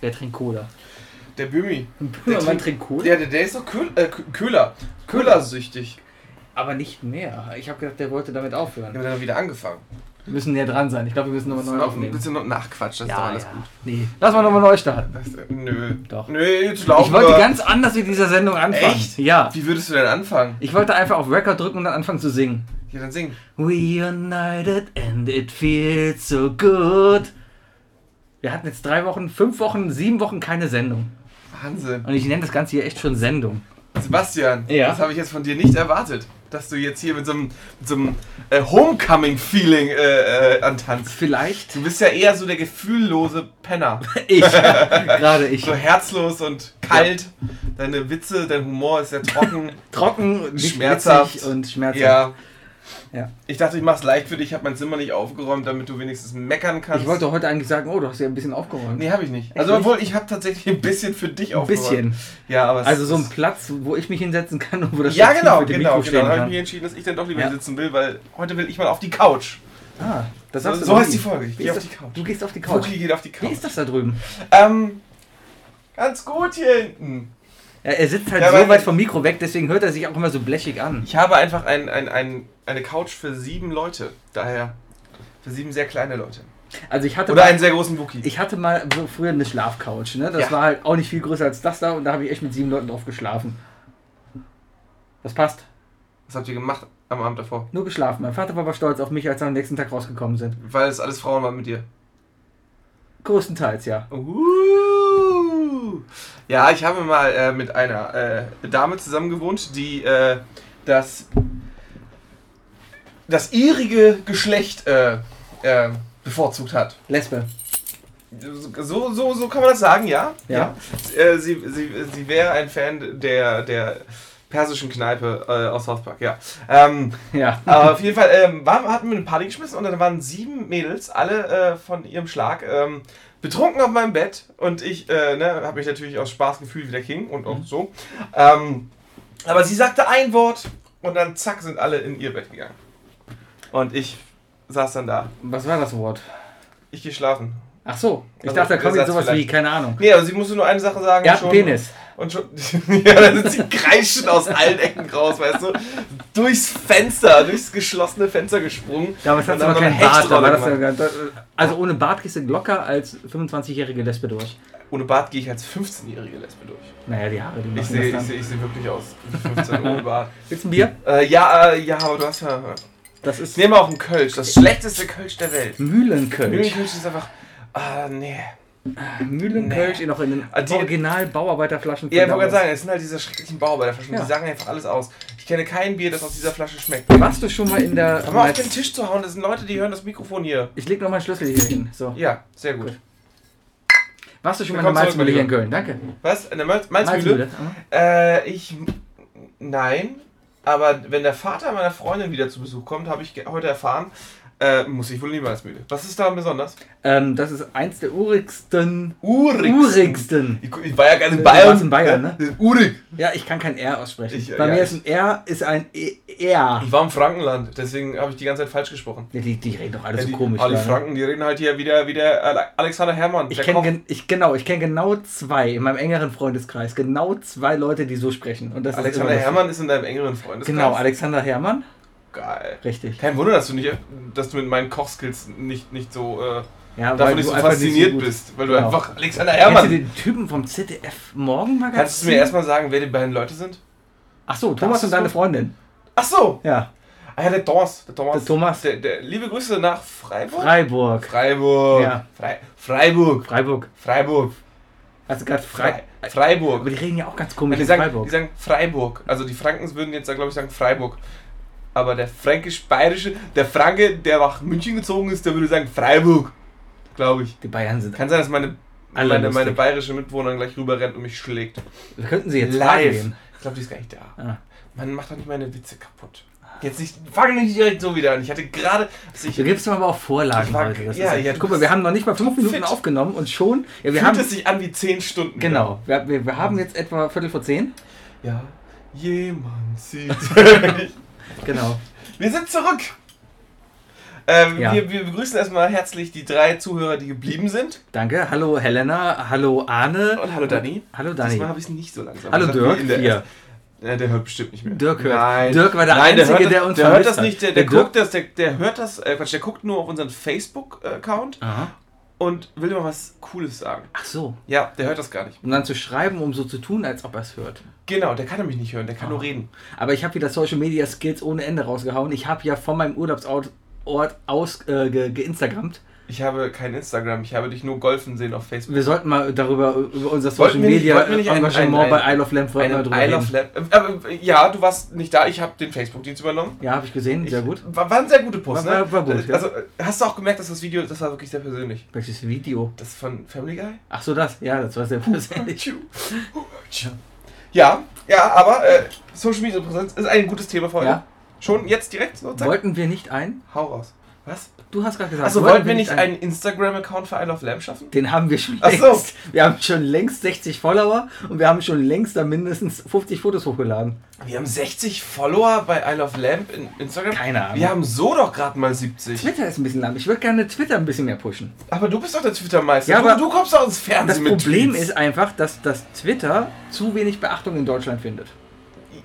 Wer trinkt Cola? Der Bömi. Ein Böhmermann trinkt- trinkt Cola? Ja, der, der ist doch Köl äh, Kö- Köhler. Köhlersüchtig. Aber nicht mehr. Ich habe gedacht, der wollte damit Ja, aufhören. aber der hat wieder angefangen. Wir müssen näher dran sein. Ich glaube, wir müssen nochmal neu Noch ein aufnehmen. bisschen noch Nachquatsch, das ist doch alles gut. Nee. Lass mal nochmal neu starten. Das, äh, nö. Doch. Nö, jetzt laufen Ich wollte wir. ganz anders mit dieser Sendung anfangen. Echt? Ja. Wie würdest du denn anfangen? Ich wollte einfach auf Record drücken und dann anfangen zu singen. Ja, dann singen. We united and it feels so good. Wir hatten jetzt drei Wochen, fünf Wochen, sieben Wochen keine Sendung. Wahnsinn. Und ich nenne das Ganze hier echt schon Sendung. Sebastian, Ja. das habe ich jetzt von dir nicht erwartet, dass du jetzt hier mit so einem, mit so einem äh, Homecoming-Feeling äh, äh, antanzt. Vielleicht Du bist ja eher so der gefühllose Penner. ich. Gerade ich. So herzlos und kalt. Deine Witze, dein Humor ist sehr trocken. Trocken, nicht Schmerzhaft. witzig und schmerzhaft. ja. Ja. Ich dachte, ich mach's leicht für dich. Ich habe mein Zimmer nicht aufgeräumt, damit du wenigstens meckern kannst. Ich wollte heute eigentlich sagen, oh, du hast ja ein bisschen aufgeräumt. Nee, habe ich nicht. Also, nicht? obwohl, ich habe tatsächlich ein bisschen für dich ein aufgeräumt. bisschen. Ja, aber es Also so es- ein Platz, wo ich mich hinsetzen kann und wo das Ja, Stativ genau, mit dem genau, Mikro genau. stehen Dann habe ich kann. mich entschieden, dass ich dann doch lieber Ja. sitzen will, weil heute will ich mal auf die Couch. Ah, das So- hast du so noch heißt nie. die Folge. Ich Wie gehe ist auf das- die Couch. Du gehst auf die Couch. Cookie geht auf die Wie Couch. ist das da drüben? Ähm, ganz gut hier hinten. Ja, er sitzt halt Ja, so weil- weit vom Mikro weg, deswegen hört er sich auch immer so blechig an. Ich habe einfach ein, ein, ein, eine Couch für sieben Leute. Daher für sieben sehr kleine Leute. Also ich hatte Oder mal, einen sehr großen Wookie. ich hatte mal so früher eine Schlafcouch, ne? Das Ja. war halt auch nicht viel größer als das da und da habe ich echt mit sieben Leuten drauf geschlafen. Das passt. Was habt ihr gemacht am Abend davor? Nur geschlafen. Mein Vater war aber stolz auf mich, als wir am nächsten Tag rausgekommen sind. Weil es alles Frauen waren mit dir. Größtenteils, ja. Uh. Ja, ich habe mal äh, mit einer äh, Dame zusammen gewohnt, die äh, das, das ihrige Geschlecht äh, äh, bevorzugt hat. Lesbe. So, so, so kann man das sagen, ja? Ja. Äh, sie sie, sie wäre ein Fan der, der persischen Kneipe äh, aus South Park, ja. Ähm, Ja. aber auf jeden Fall ähm, waren, hatten wir eine Party geschmissen und dann waren sieben Mädels, alle äh, von ihrem Schlag, ähm, betrunken auf meinem Bett. Und ich äh, ne, habe mich natürlich aus Spaß gefühlt wie der King und Mhm. auch so. Ähm, aber sie sagte ein Wort und dann zack sind alle in ihr Bett gegangen. Und ich saß dann da. Was war das Wort? Ich geh schlafen. Ach so. Ich Also, dachte, da kommt jetzt Ersatz sowas wie, vielleicht. keine Ahnung. Nee, aber sie musste nur eine Sache sagen. Er hat einen schon. Penis. Und schon. ja, dann sind sie kreischend aus allen Ecken raus, weißt du? Durchs Fenster, durchs geschlossene Fenster gesprungen. Damals hattest du Und aber dann keinen haben wir eine Bart. Da war das Hechtrolle ja ganz- also ohne Bart gehst du locker als 25-jährige Lesbe durch. Ohne Bart gehe ich als 15-jährige Lesbe durch. Naja, die Haare, die machen Ich sehe das ich dann. seh, ich seh wirklich aus wie 15 ohne Bart. Willst du ein Bier? Äh, ja, äh, ja, aber du hast ja. Das Ich ist nehme auch einen Kölsch, das schlechteste Kölsch der Welt. Mühlenkölsch. Mühlenkölsch ist einfach. Ah, nee. Mühlenkölsch Nee. noch in den Ah, die- original Bauarbeiterflaschen. Ja, ich wollte damals. gerade sagen, es sind halt diese schrecklichen Bauarbeiterflaschen, genau Ja. die sagen einfach alles aus. Ich kenne kein Bier, das aus dieser Flasche schmeckt. Warst du schon mal in der. Hör mal auf den Tisch zu hauen, das sind Leute, die hören das Mikrofon hier. ich leg noch mal einen Schlüssel hier hin. So. Ja, sehr gut. Warst du schon mal in der Willkommen zurück, Malzmühle hier in mein Köln? Danke. Was? In der Malz- Malzmühle? Äh, ich. Nein. Aber wenn der Vater meiner Freundin wieder zu Besuch kommt, habe ich ge- heute erfahren, äh, muss ich wohl in die Malzmühle. Was ist daran besonders? Ähm, das ist eins der urigsten. Urigsten. Urigsten. Ich, ich war ja gerade in Du Bayern. warst in Bayern, ne? Das ist Urig. Ja, ich kann kein R aussprechen. Ich- Bei ja, mir ich- ist ein R ist ein E- R. Ich war im Frankenland, deswegen habe ich die ganze Zeit falsch gesprochen. Ja, Die, die reden doch alle Ja, so die, komisch. alle da, ne? Franken, die reden halt hier wieder, wieder Ale- Alexander Hermann. Ich der kenne Koch. gen ich, genau, ich kenn genau zwei in meinem engeren Freundeskreis, genau zwei Leute, die so sprechen. Und das ist Alexander immer das- Hermann ist in deinem engeren Freundeskreis. Genau, Alexander Hermann. Geil. Richtig. Kein Wunder, dass du nicht, dass du mit meinen Kochskills nicht, nicht so, äh, Ja, davon nicht so einfach fasziniert gut- bist, weil du Genau. einfach Alexander Kennst du Hermann. den Typen vom ZDF Morgenmagazin? Kannst du mir erstmal sagen, wer die beiden Leute sind? Ach so, Thomas und so- deine Freundin. Ach so. Ja, Ah ja, der Thomas. Der Thomas. Der Thomas. Der, der, liebe Grüße nach Freiburg. Freiburg. Freiburg. Ja. Frei, Freiburg. Freiburg. Freiburg. Hast du gerade Frei, Frei... Freiburg. Aber die reden ja auch ganz komisch die, in sagen, die Freiburg. sagen Freiburg. Also die Franken würden jetzt, glaube ich, sagen Freiburg. Aber der fränkisch-bayerische, der Franke, der nach München gezogen ist, der würde sagen Freiburg. Glaube ich. Die Bayern sind... Kann sein, dass meine, Alle meine, lustig. meine bayerische Mitwohnerin gleich rüberrennt und mich schlägt. Wir könnten sie jetzt Live. fragen. Ich glaube, die ist gar nicht da. Ah. Man macht doch nicht meine Witze kaputt. Jetzt nicht, fang nicht direkt so wieder an. Ich hatte gerade. als Ich Du gibst mir aber auch Vorlagen Ich war- heute. Das ja, ist ja, du Guck mal, bist wir haben noch nicht mal fünf Minuten fit. aufgenommen und schon... Ja, wir fühlt haben, es sich an wie 10 Stunden. genau, wir, wir, wir haben jetzt etwa Viertel vor zehn. Ja. Jemand sieht. Genau. Wir sind zurück. Ähm, Ja. wir, wir begrüßen erstmal herzlich die drei Zuhörer, die geblieben sind. Danke. Hallo Helena, hallo Arne. Und hallo Dani. Hallo Dani. Diesmal habe ich es nicht so langsam. Hallo gesagt, wie Dirk. in der Hier. Ja, der hört bestimmt nicht mehr. Dirk hört. Nein. Dirk war der Nein, der Einzige, hört, der uns Der hört vermisst das hat. nicht, der, der, Der guckt das, der, der hört das, äh, Quatsch, der guckt nur auf unseren Facebook-Account Aha. und will immer was Cooles sagen. Ach so. Ja, der hört das gar nicht. Um dann zu schreiben, um so zu tun, als ob er es hört. Genau, der kann nämlich nicht hören, der kann Ah. nur reden. Aber ich habe wieder Social Media Skills ohne Ende rausgehauen. Ich habe ja von meinem Urlaubsort Ort aus äh, ge- geinstagrammt. Ich habe kein Instagram, ich habe dich nur golfen sehen auf Facebook. Wir sollten mal darüber, über unser Social Wollten wir nicht- Media wollten wir nicht einen- Engagement einen- bei I Love Lamp vorher mal drüber I Love reden. Lab. Äh, äh, ja, du warst nicht da, ich habe den Facebook-Dienst übernommen. Ja, habe ich gesehen. Sehr gut. War, waren sehr gute Posts, War- ne? war- war gut, ja. also, äh, hast du auch gemerkt, dass das Video, das war wirklich sehr persönlich. Welches Video? Das von Family Guy? Ach so, das. Ja, das war sehr persönlich. Ja, ja, aber äh, Social Media Präsenz ist ein gutes Thema für heute. Ja. Schon jetzt direkt so, zack, Wollten wir nicht ein? hau raus. Was? Du hast gerade gesagt. Achso, wollten wir nicht einen Instagram-Account für I Love Lamb schaffen? Den haben wir schon Ach längst. so. Wir haben schon längst 60 Follower und wir haben schon längst da mindestens 50 Fotos hochgeladen. Wir haben 60 Follower bei I Love Lamb in Instagram. Keine Ahnung. Wir haben so doch gerade mal 70. Twitter ist ein bisschen lahm. Ich würde gerne Twitter ein bisschen mehr pushen. Aber du bist doch der Twitter-Meister. Ja, du, aber du kommst doch ins Fernsehen Das mit Problem Tweets. ist einfach, dass das Twitter zu wenig Beachtung in Deutschland findet.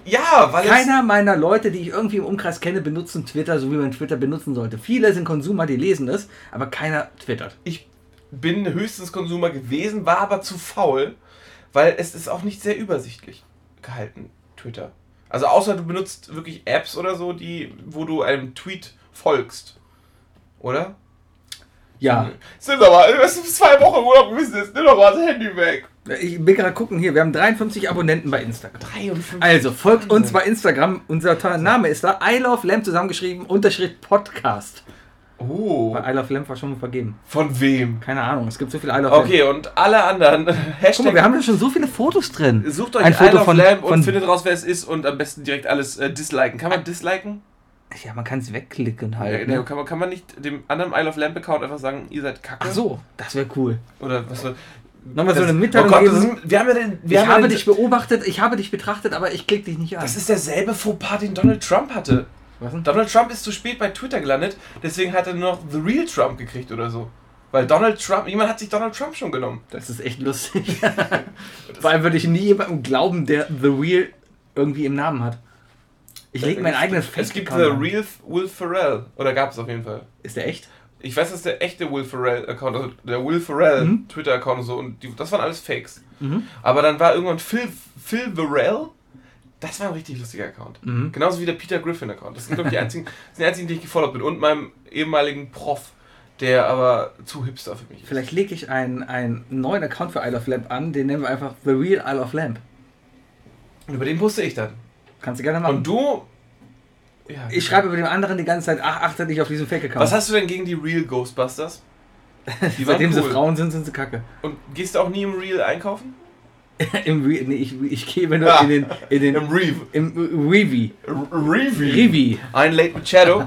Ja, weil Keiner meiner Leute, die ich irgendwie im Umkreis kenne, benutzen Twitter, so wie man Twitter benutzen sollte. Viele sind Konsumer, die lesen es, aber keiner twittert. es, ich bin höchstens Konsumer gewesen, war aber zu faul, weil es ist auch nicht sehr übersichtlich gehalten, Twitter. Also außer du benutzt wirklich Apps oder so, die, wo du einem Tweet folgst. Oder? Ja, Sind doch mal, es ist zwei Wochen Urlaub gewesen, jetzt nimm doch mal das Handy weg. ich bin gerade gucken hier, wir haben 53 Abonnenten bei Instagram. 53. Also folgt uns bei Instagram, unser Ta- Name ist da, I Love Lamp zusammengeschrieben, Unterschrift Podcast. Oh. Weil I Love Lamp war schon mal vergeben. Von wem? Keine Ahnung, es gibt so viele I Love Lamp. Okay, und alle anderen. Guck mal, wir haben da schon so viele Fotos drin. Sucht euch Ein ein Foto Foto von- Lamp und von- findet raus, wer es ist und am besten direkt alles äh, disliken. Kann man disliken? Ja, man kann es wegklicken Ja, halt. ne, Ne? kann, man, kann man nicht dem anderen Isle of Lamp Account einfach sagen, ihr seid kacke? Ach so, das wäre cool. Oder was soll. Nochmal so Das- eine Mitteilung Oh Gott, das geben. ist, wir haben ja den. ich Wir haben ja habe den, dich beobachtet, ich habe dich betrachtet, aber ich klicke dich nicht an. Das ist derselbe Fauxpas, den Donald Trump hatte. Was denn? Donald Trump ist zu spät bei Twitter gelandet, deswegen hat er nur noch The Real Trump gekriegt oder so. Weil Donald Trump, jemand hat sich Donald Trump schon genommen. Das ist echt lustig. Vor allem würde ich nie jemandem glauben, der The Real irgendwie im Namen hat. Ich lege meinen eigenen Es gibt The Fake-Account an. Real Will Ferrell. Oder gab es auf jeden Fall. Ist der echt? Ich weiß, dass der echte Will Ferrell-Account, also der Will Ferrell Mhm. Twitter-Account und so, und die, das waren alles Fakes. Mhm. Aber dann war irgendwann Phil, Phil Varell, das war ein richtig lustiger Account. Mhm. Genauso wie der Peter Griffin-Account. Das sind, glaube ich, die einzigen, das sind die einzigen, die ich gefollowt bin. Und meinem ehemaligen Prof, der aber zu hipster für mich ist. Vielleicht lege ich einen, einen neuen Account für Isle of Lamp an, den nennen wir einfach The Real Isle of Lamp. Und über den poste ich dann. Kannst du gerne machen. Und du. Ja. ich schreibe über den anderen die ganze Zeit, ach, achte dich auf diesen Fake-Account. Was hast du denn gegen die Real Ghostbusters? Die waren Seitdem sie cool. Frauen sind, sind sie kacke. Und gehst du auch nie im Real einkaufen? Im Re nee, ich, ich gehe nur Ah. in den, in den Reeve. im Revi. Reeve. Revi. Ein Late Machado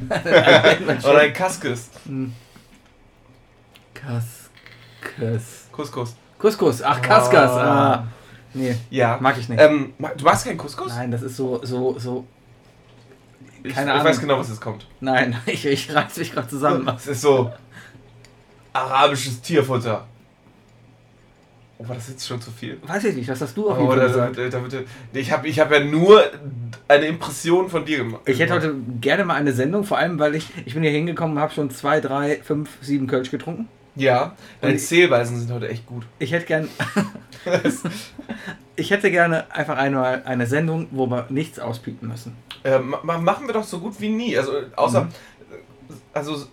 und ein Kaskis. Kaskas. Couscous. Couscous. Ach, Kaskas. Ah. Ah. Nee, Ja. mag ich nicht. Ähm, ma- du magst keinen Couscous? Nein, das ist so, so, so. ich, keine ich Ahnung. weiß genau, was jetzt kommt. Nein, ich, ich reiß mich gerade zusammen. Es ist so arabisches Tierfutter. Oh, war das jetzt schon zu viel? Weiß ich nicht, was hast du auf jeden Oh, Fall da, gesagt? da, da, bitte. Nee, ich habe ich hab ja nur eine Impression von dir gemacht. Ich hätte heute gerne mal eine Sendung, vor allem weil ich, ich bin hier hingekommen und habe schon zwei, drei, fünf, sieben Kölsch getrunken. Ja, deine Und- Zählweisen sind heute echt gut. Ich hätte gern, ich hätte gerne einfach einmal eine Sendung, wo wir nichts auspiepen müssen. Äh, ma ma- machen wir doch so gut wie nie. Also, außer. Mhm. Also,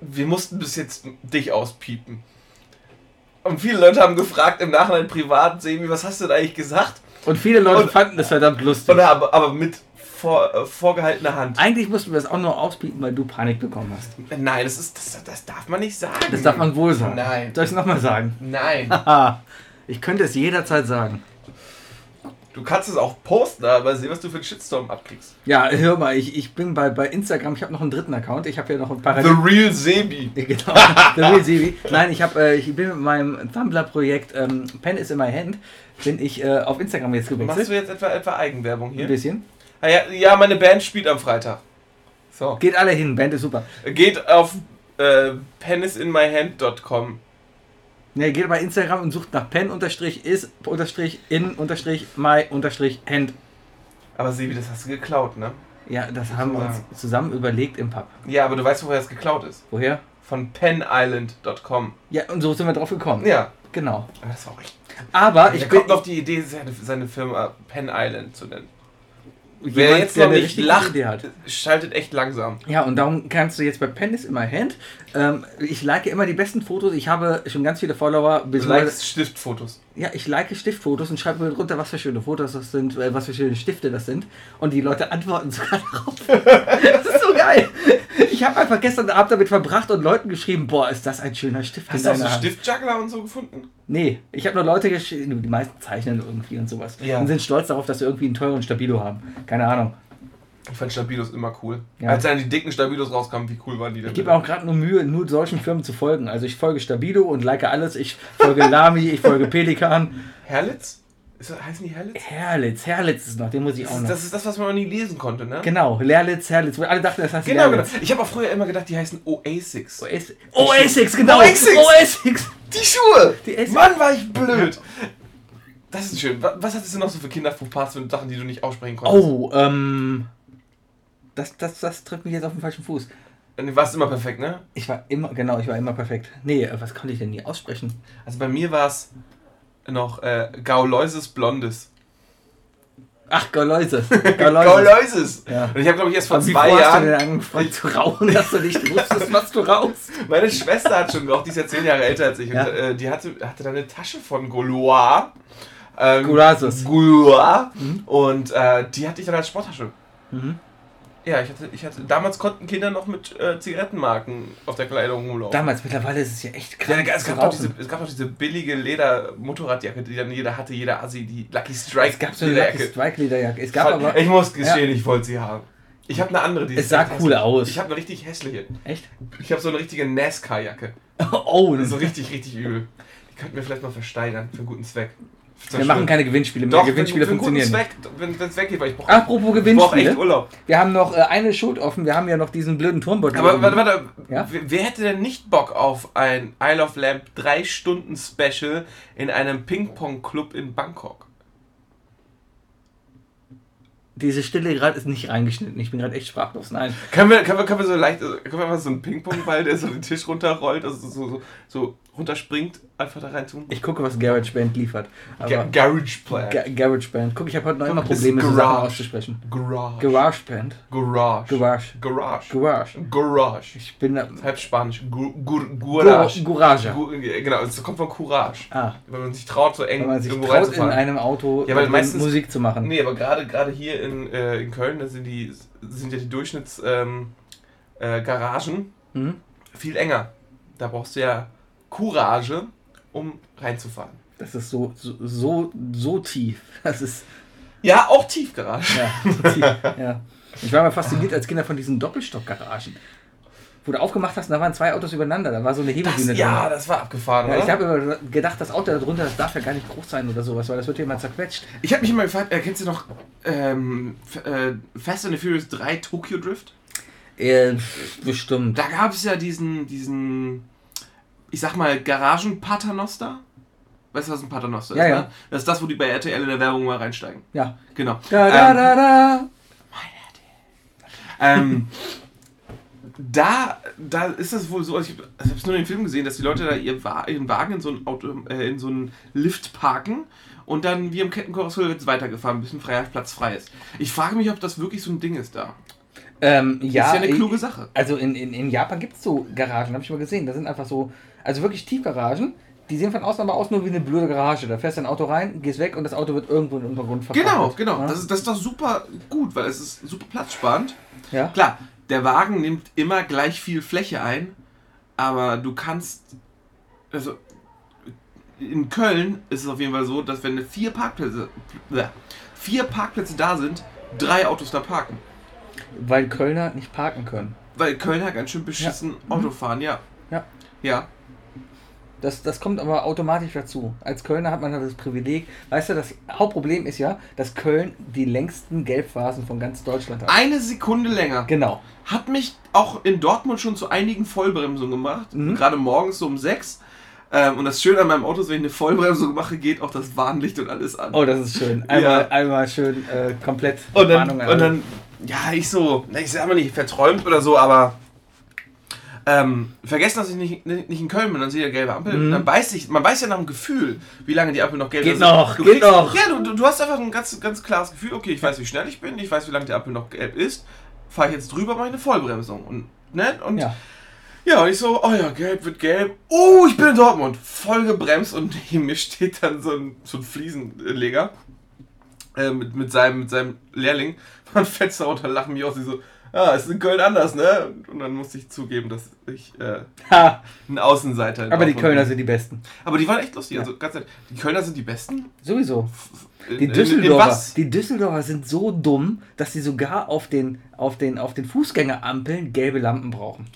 wir mussten bis jetzt dich auspiepen. Und viele Leute haben gefragt im Nachhinein privat, Semi, was hast du denn eigentlich gesagt? Und viele Leute Und- fanden das verdammt lustig. Und haben aber mit vor, äh, vorgehaltener Hand. Eigentlich mussten wir es auch nur auspiepen, weil du Panik bekommen hast. Nein, das ist. Das, das darf man nicht sagen. Das darf man wohl sagen. Nein. Soll ich es nochmal sagen? Nein. Ah, ich könnte es jederzeit sagen. Du kannst es auch posten, aber sehen, was du für einen Shitstorm abkriegst. Ja, hör mal, ich, ich bin bei, bei Instagram, ich habe noch einen dritten Account, ich habe ja noch ein The Parallel. real Sebi. Genau, The Real Sebi. Nein, ich, hab, äh, ich bin mit meinem Tumblr-Projekt ähm, Pen is in my hand, bin ich äh, auf Instagram jetzt Machst du gewechselt. jetzt etwa, etwa Eigenwerbung Ein hier? bisschen. Ah, ja, ja, meine Band spielt am Freitag. So. Geht alle hin, Band ist super. Geht auf äh, penisinmyhand.com. Ne, geht bei Instagram und sucht nach pen-is-in-my-hand. Aber Sebi, das hast du geklaut, ne? Ja, das haben wir uns zusammen überlegt im Pub. Ja, aber du weißt, woher es geklaut ist. Woher? Von penisland.com. Ja, und so sind wir drauf gekommen. Ja. Genau. Aber das war auch richtig. Aber Ich ich er kommt bin auf die Idee, seine, seine Firma Pen Island zu nennen. jemand, Wer jetzt der noch eine nicht richtige lacht, Idee hat. schaltet echt langsam. Ja, und darum kannst du jetzt bei Pen is in my hand. Ähm, ich like immer die besten Fotos. Ich habe schon ganz viele Follower. Du beziehungsweise- likest Stiftfotos. Ja, ich like Stiftfotos und schreibe mir drunter, was für schöne Fotos das sind, äh, was für schöne Stifte das sind. Und die Leute antworten sogar darauf. das ist so geil. Ich habe einfach gestern Abend damit verbracht und Leuten geschrieben, boah, ist das ein schöner Stift. Hast in du auch so deiner Hand. Stiftjuggler und so gefunden? Nee, ich habe nur Leute geschrieben, die meisten zeichnen irgendwie und sowas. Ja. Und sind stolz darauf, dass sie irgendwie einen teuren Stabilo haben. Keine Ahnung. Ich fand Stabilos immer cool. Ja. Als dann die dicken Stabilos rauskamen, wie cool waren die denn? Ich gebe auch gerade nur Mühe, nur solchen Firmen zu folgen. Also ich folge Stabilo und like alles. Ich folge Lami, ich folge Pelikan. Herlitz? Ist das, heißen die Herlitz? Herlitz, Herlitz ist noch, den muss ich Das auch ist, noch. das ist das, was man noch nie lesen konnte, ne? Genau, Lerlitz, Herlitz. wo Alle dachten, das heißt Genau, genau. Lerlitz. Ich habe auch früher immer gedacht, die heißen Oasis. OS OSX, genau. OSX. OSX. Die Schuhe! Die Asics. Mann, war ich blöd! Das ist schön. Wa- Was hattest du noch so für Kinderfuchparts und Sachen, die du nicht aussprechen konntest? Oh, ähm. Das, das, das trifft mich jetzt auf den falschen Fuß. Du warst immer perfekt, ne? Ich war immer, genau, ich war immer perfekt. Nee, äh, was konnte ich denn nie aussprechen? Also bei mir war es noch äh, Gauläuses Blondes. Ach, Gauleuse. Gauläuses! Ja. Und ich habe, glaube ich, erst vor Aber wie zwei früh hast du denn Jahren. angefangen zu rauchen, dass du nicht wusstest, was du rauchst? Meine Schwester hat schon geraucht, die ist ja zehn Jahre älter als ich. Ja. Und, äh, die hatte, hatte da eine Tasche von Gaulois. Ähm, Gauloises. Gaulois. Mhm. Und äh, die hatte ich dann als Sporttasche. Mhm. Ja, ich hatte, ich hatte, damals konnten Kinder noch mit äh, Zigarettenmarken auf der Kleidung rumlaufen. Damals, mittlerweile ist es ja echt Ja, krass. es zu gab, doch rauchen. diese, es gab doch diese billige Leder-Motorradjacke, die dann jeder hatte, jeder Assi, die Lucky Strike. es gab so eine Lucky Strike Lederjacke. Es gab aber. ich muss gestehen, ich wollte sie haben. Ich habe eine andere, die Es ist sah echt cool hässlich. aus. Ich habe eine richtig hässliche. Echt? Ich habe so eine richtige NASCAR-Jacke. Oh, das So richtig, richtig übel. Die könnten wir vielleicht mal versteigern, für einen guten Zweck. wir machen keine Gewinnspiele mehr. Doch, Gewinnspiele für, für einen funktionieren. guten nicht. Zweck, wenn es weggeht, weil ich brauche Apropos brauch echt Gewinnspiele. Urlaub. Wir haben noch äh, eine Schuld offen. Wir haben ja noch diesen blöden Turmbeutel. Aber warte, warte, Ja? wer wer hätte denn nicht Bock auf ein Isle of Lamp 3 Stunden Special in einem Ping-Pong-Club in Bangkok? Diese Stille gerade ist nicht reingeschnitten. Ich bin gerade echt sprachlos. Nein. Können wir, können wir, können wir so leicht, also, können wir einfach so einen Ping-Pong-Ball, der so den Tisch runterrollt, also so, so, so runterspringt, einfach da rein tun? Ich gucke, was GarageBand liefert. Ga Aber Garage Player. Ga GarageBand. Guck, ich habe heute noch immer Guck, das Probleme, ist so Sachen Garage. auszusprechen. Garage. GarageBand. Garage. Garage. Garage. Garage. Garage. Ich bin da. Halb Spanisch. Gu- Gu- Guarage. Gur- Courage. Gu- Genau, es kommt von Courage. Ah, Wenn man sich traut, so eng wenn man sich irgendwo traut, in reinzufahren. einem Auto Ja, weil äh, meistens- Musik zu machen. Nee, aber gerade gerade hier in, äh, in Köln, da sind die sind ja die Durchschnitts ähm, äh, Garagen Hm? viel enger. Da brauchst du ja Courage, um reinzufahren. Das ist so, so, so, so tief. Das ist, Ja, auch Tiefgarage. ja, so tief. ja. Ich war mal fasziniert als Kinder von diesen Doppelstockgaragen. Wo du aufgemacht hast, und da waren zwei Autos übereinander. Da war so eine Das, Hebebühne ja, drin. das war abgefahren, Ja, oder? ich habe immer gedacht, das Auto da drunter, das darf ja gar nicht groß sein oder sowas, weil das wird ja immer zerquetscht. Ich habe mich immer gefragt, äh, kennst du noch ähm, F- äh, Fast and the Furious 3 Tokyo Drift? Äh, bestimmt. Da gab es ja diesen, diesen, ich sag mal, Garagen-Paternoster. Weißt du, was ein Paternoster Ja, ist? ja. Ne? Das ist das, wo die bei RTL in der Werbung mal reinsteigen. Ja. Genau. Da, da, da, da. Ähm, da, da ist es wohl so, also ich habe es nur in den Film gesehen, dass die Leute da ihr, Wa- ihren Wagen in so einen Auto, äh, in so einen Lift parken und dann wie im Kettenkarussell wird es weitergefahren, bis ein freier Platz frei ist. Ich frage mich, ob das wirklich so ein Ding ist da. Ähm, ja, ist ja eine ich- kluge Sache. Also in, in, in Japan gibt es so Garagen, habe ich mal gesehen. Da sind einfach so, also wirklich Tiefgaragen. Die sehen von außen aber aus nur wie eine blöde Garage. Da fährst du ein Auto rein, gehst weg und das Auto wird irgendwo in den Untergrund verkauft. Genau, genau. Ja? Das ist, das ist doch super gut, weil es ist super platzsparend. ja? Klar, der Wagen nimmt immer gleich viel Fläche ein, aber du kannst. Also in Köln ist es auf jeden Fall so, dass wenn vier Parkplätze, äh, vier Parkplätze da sind, drei Autos da parken. Weil Kölner nicht parken können. Weil Kölner ganz schön beschissen Auto fahren, ja. Ja. Ja. Das, das kommt aber automatisch dazu. Als Kölner hat man halt das Privileg. Weißt du, das Hauptproblem ist ja, dass Köln die längsten Gelbphasen von ganz Deutschland hat. Eine Sekunde länger. Genau. Hat mich auch in Dortmund schon zu einigen Vollbremsungen gemacht. Mhm. Gerade morgens so um sechs. Ähm, und das Schöne an meinem Auto ist, wenn ich eine Vollbremsung mache, geht auch das Warnlicht und alles an. Oh, das ist schön. Einmal, Ja. einmal schön äh, komplett Und dann, Warnung und dann, ja, ich so, na, ich sag mal nicht verträumt oder so, aber ähm, vergessen, dass ich nicht, nicht nicht in Köln bin, dann sehe ich ja gelbe Ampel. Mhm. Dann weiß ich, man weiß ja nach dem Gefühl, wie lange die Ampel noch gelb Geht ist. Also, noch, du geht kriegst, noch. Ja, du, du- du hast einfach ein ganz, ganz klares Gefühl, okay, ich weiß, wie schnell ich bin, ich weiß, wie lange die Ampel noch gelb ist, fahre ich jetzt drüber, mache ich eine Vollbremsung. Und, ne? und Ja. ja, und ich so, oh ja, gelb wird gelb. Oh, ich bin in Dortmund. Voll gebremst und neben mir steht dann so ein, so ein Fliesenleger äh, mit, mit, seinem, mit seinem Lehrling. Man fällt so runter, lachen mich aus. Die so, ah, ist in Köln anders, ne? Und dann musste ich zugeben, dass ich äh, Ha, ein Außenseiter in aber die Dortmund Kölner bin. sind die Besten. Aber die waren echt lustig. Also, ganz ehrlich, die Kölner sind die Besten. Sowieso. In- Die in- in Düsseldorfer, was? die Düsseldorfer sind so dumm, dass sie sogar auf den, auf den, auf den Fußgängerampeln gelbe Lampen brauchen.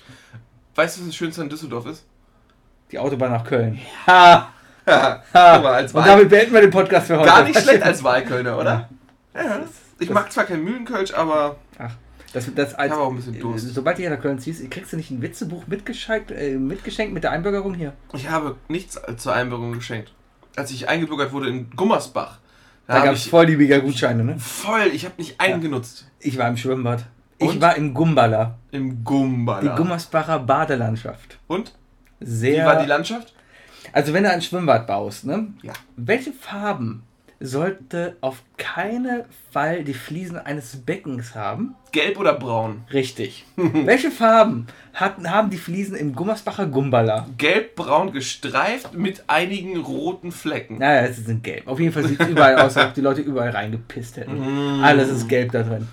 Weißt du, was das Schönste an Düsseldorf ist? Die Autobahn nach Köln. Ha, Haha, ha. Aber als Und Wahl damit beenden wir den Podcast für heute. gar nicht schlecht als Wahlkölner, oder? Ja. Ich das- mag zwar kein Mühlenkölsch, aber Ach, das, das als, hab auch ein bisschen Durst. Sobald ihr nach Köln ziehst, kriegst du nicht ein Witzebuch mitgeschenkt, äh, mitgeschenkt mit der Einbürgerung hier. Ich habe nichts zur Einbürgerung geschenkt. Als ich eingebürgert wurde in Gummersbach, Da da, habe gab es ich voll die mega Gutscheine, ne? voll, ich habe nicht einen genutzt. Ich war im Schwimmbad. Ich Und? war im Gumbala. Im Die Gumbala. Gummersbacher Badelandschaft. Und? Wie Sehr. war die Landschaft? also wenn du ein Schwimmbad baust, ne? Ja. Welche Farben sollte auf keinen Fall die Fliesen eines Beckens haben? Gelb oder braun? Richtig. Welche Farben hatten, haben die Fliesen im Gummersbacher Gumbala? Gelb-braun gestreift mit einigen roten Flecken. Naja, es sind gelb. Auf jeden Fall sieht es überall aus, als ob die Leute überall reingepisst Mhm. hätten. Alles ist gelb da drin. Hm.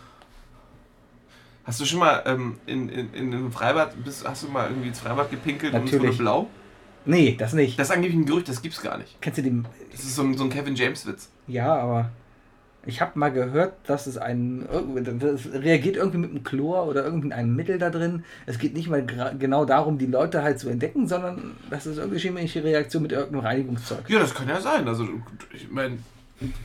Hast du schon mal ähm, in, in, in einem Freibad, bist, hast du mal irgendwie ins Freibad gepinkelt und es Natürlich. wurde blau? Nee, das nicht. Das ist angeblich ein Gerücht, das gibt's gar nicht. Kennst du den? Das ist so ein, so ein Kevin James-Witz. Ja, aber ich habe mal gehört, dass es ein. Das reagiert irgendwie mit einem Chlor oder irgendeinem Mittel da drin. Es geht nicht mal gra- genau darum, die Leute halt zu entdecken, sondern das ist irgendwie chemische Reaktion mit irgendeinem Reinigungszeug. Ja, das kann ja sein. Also, ich meine,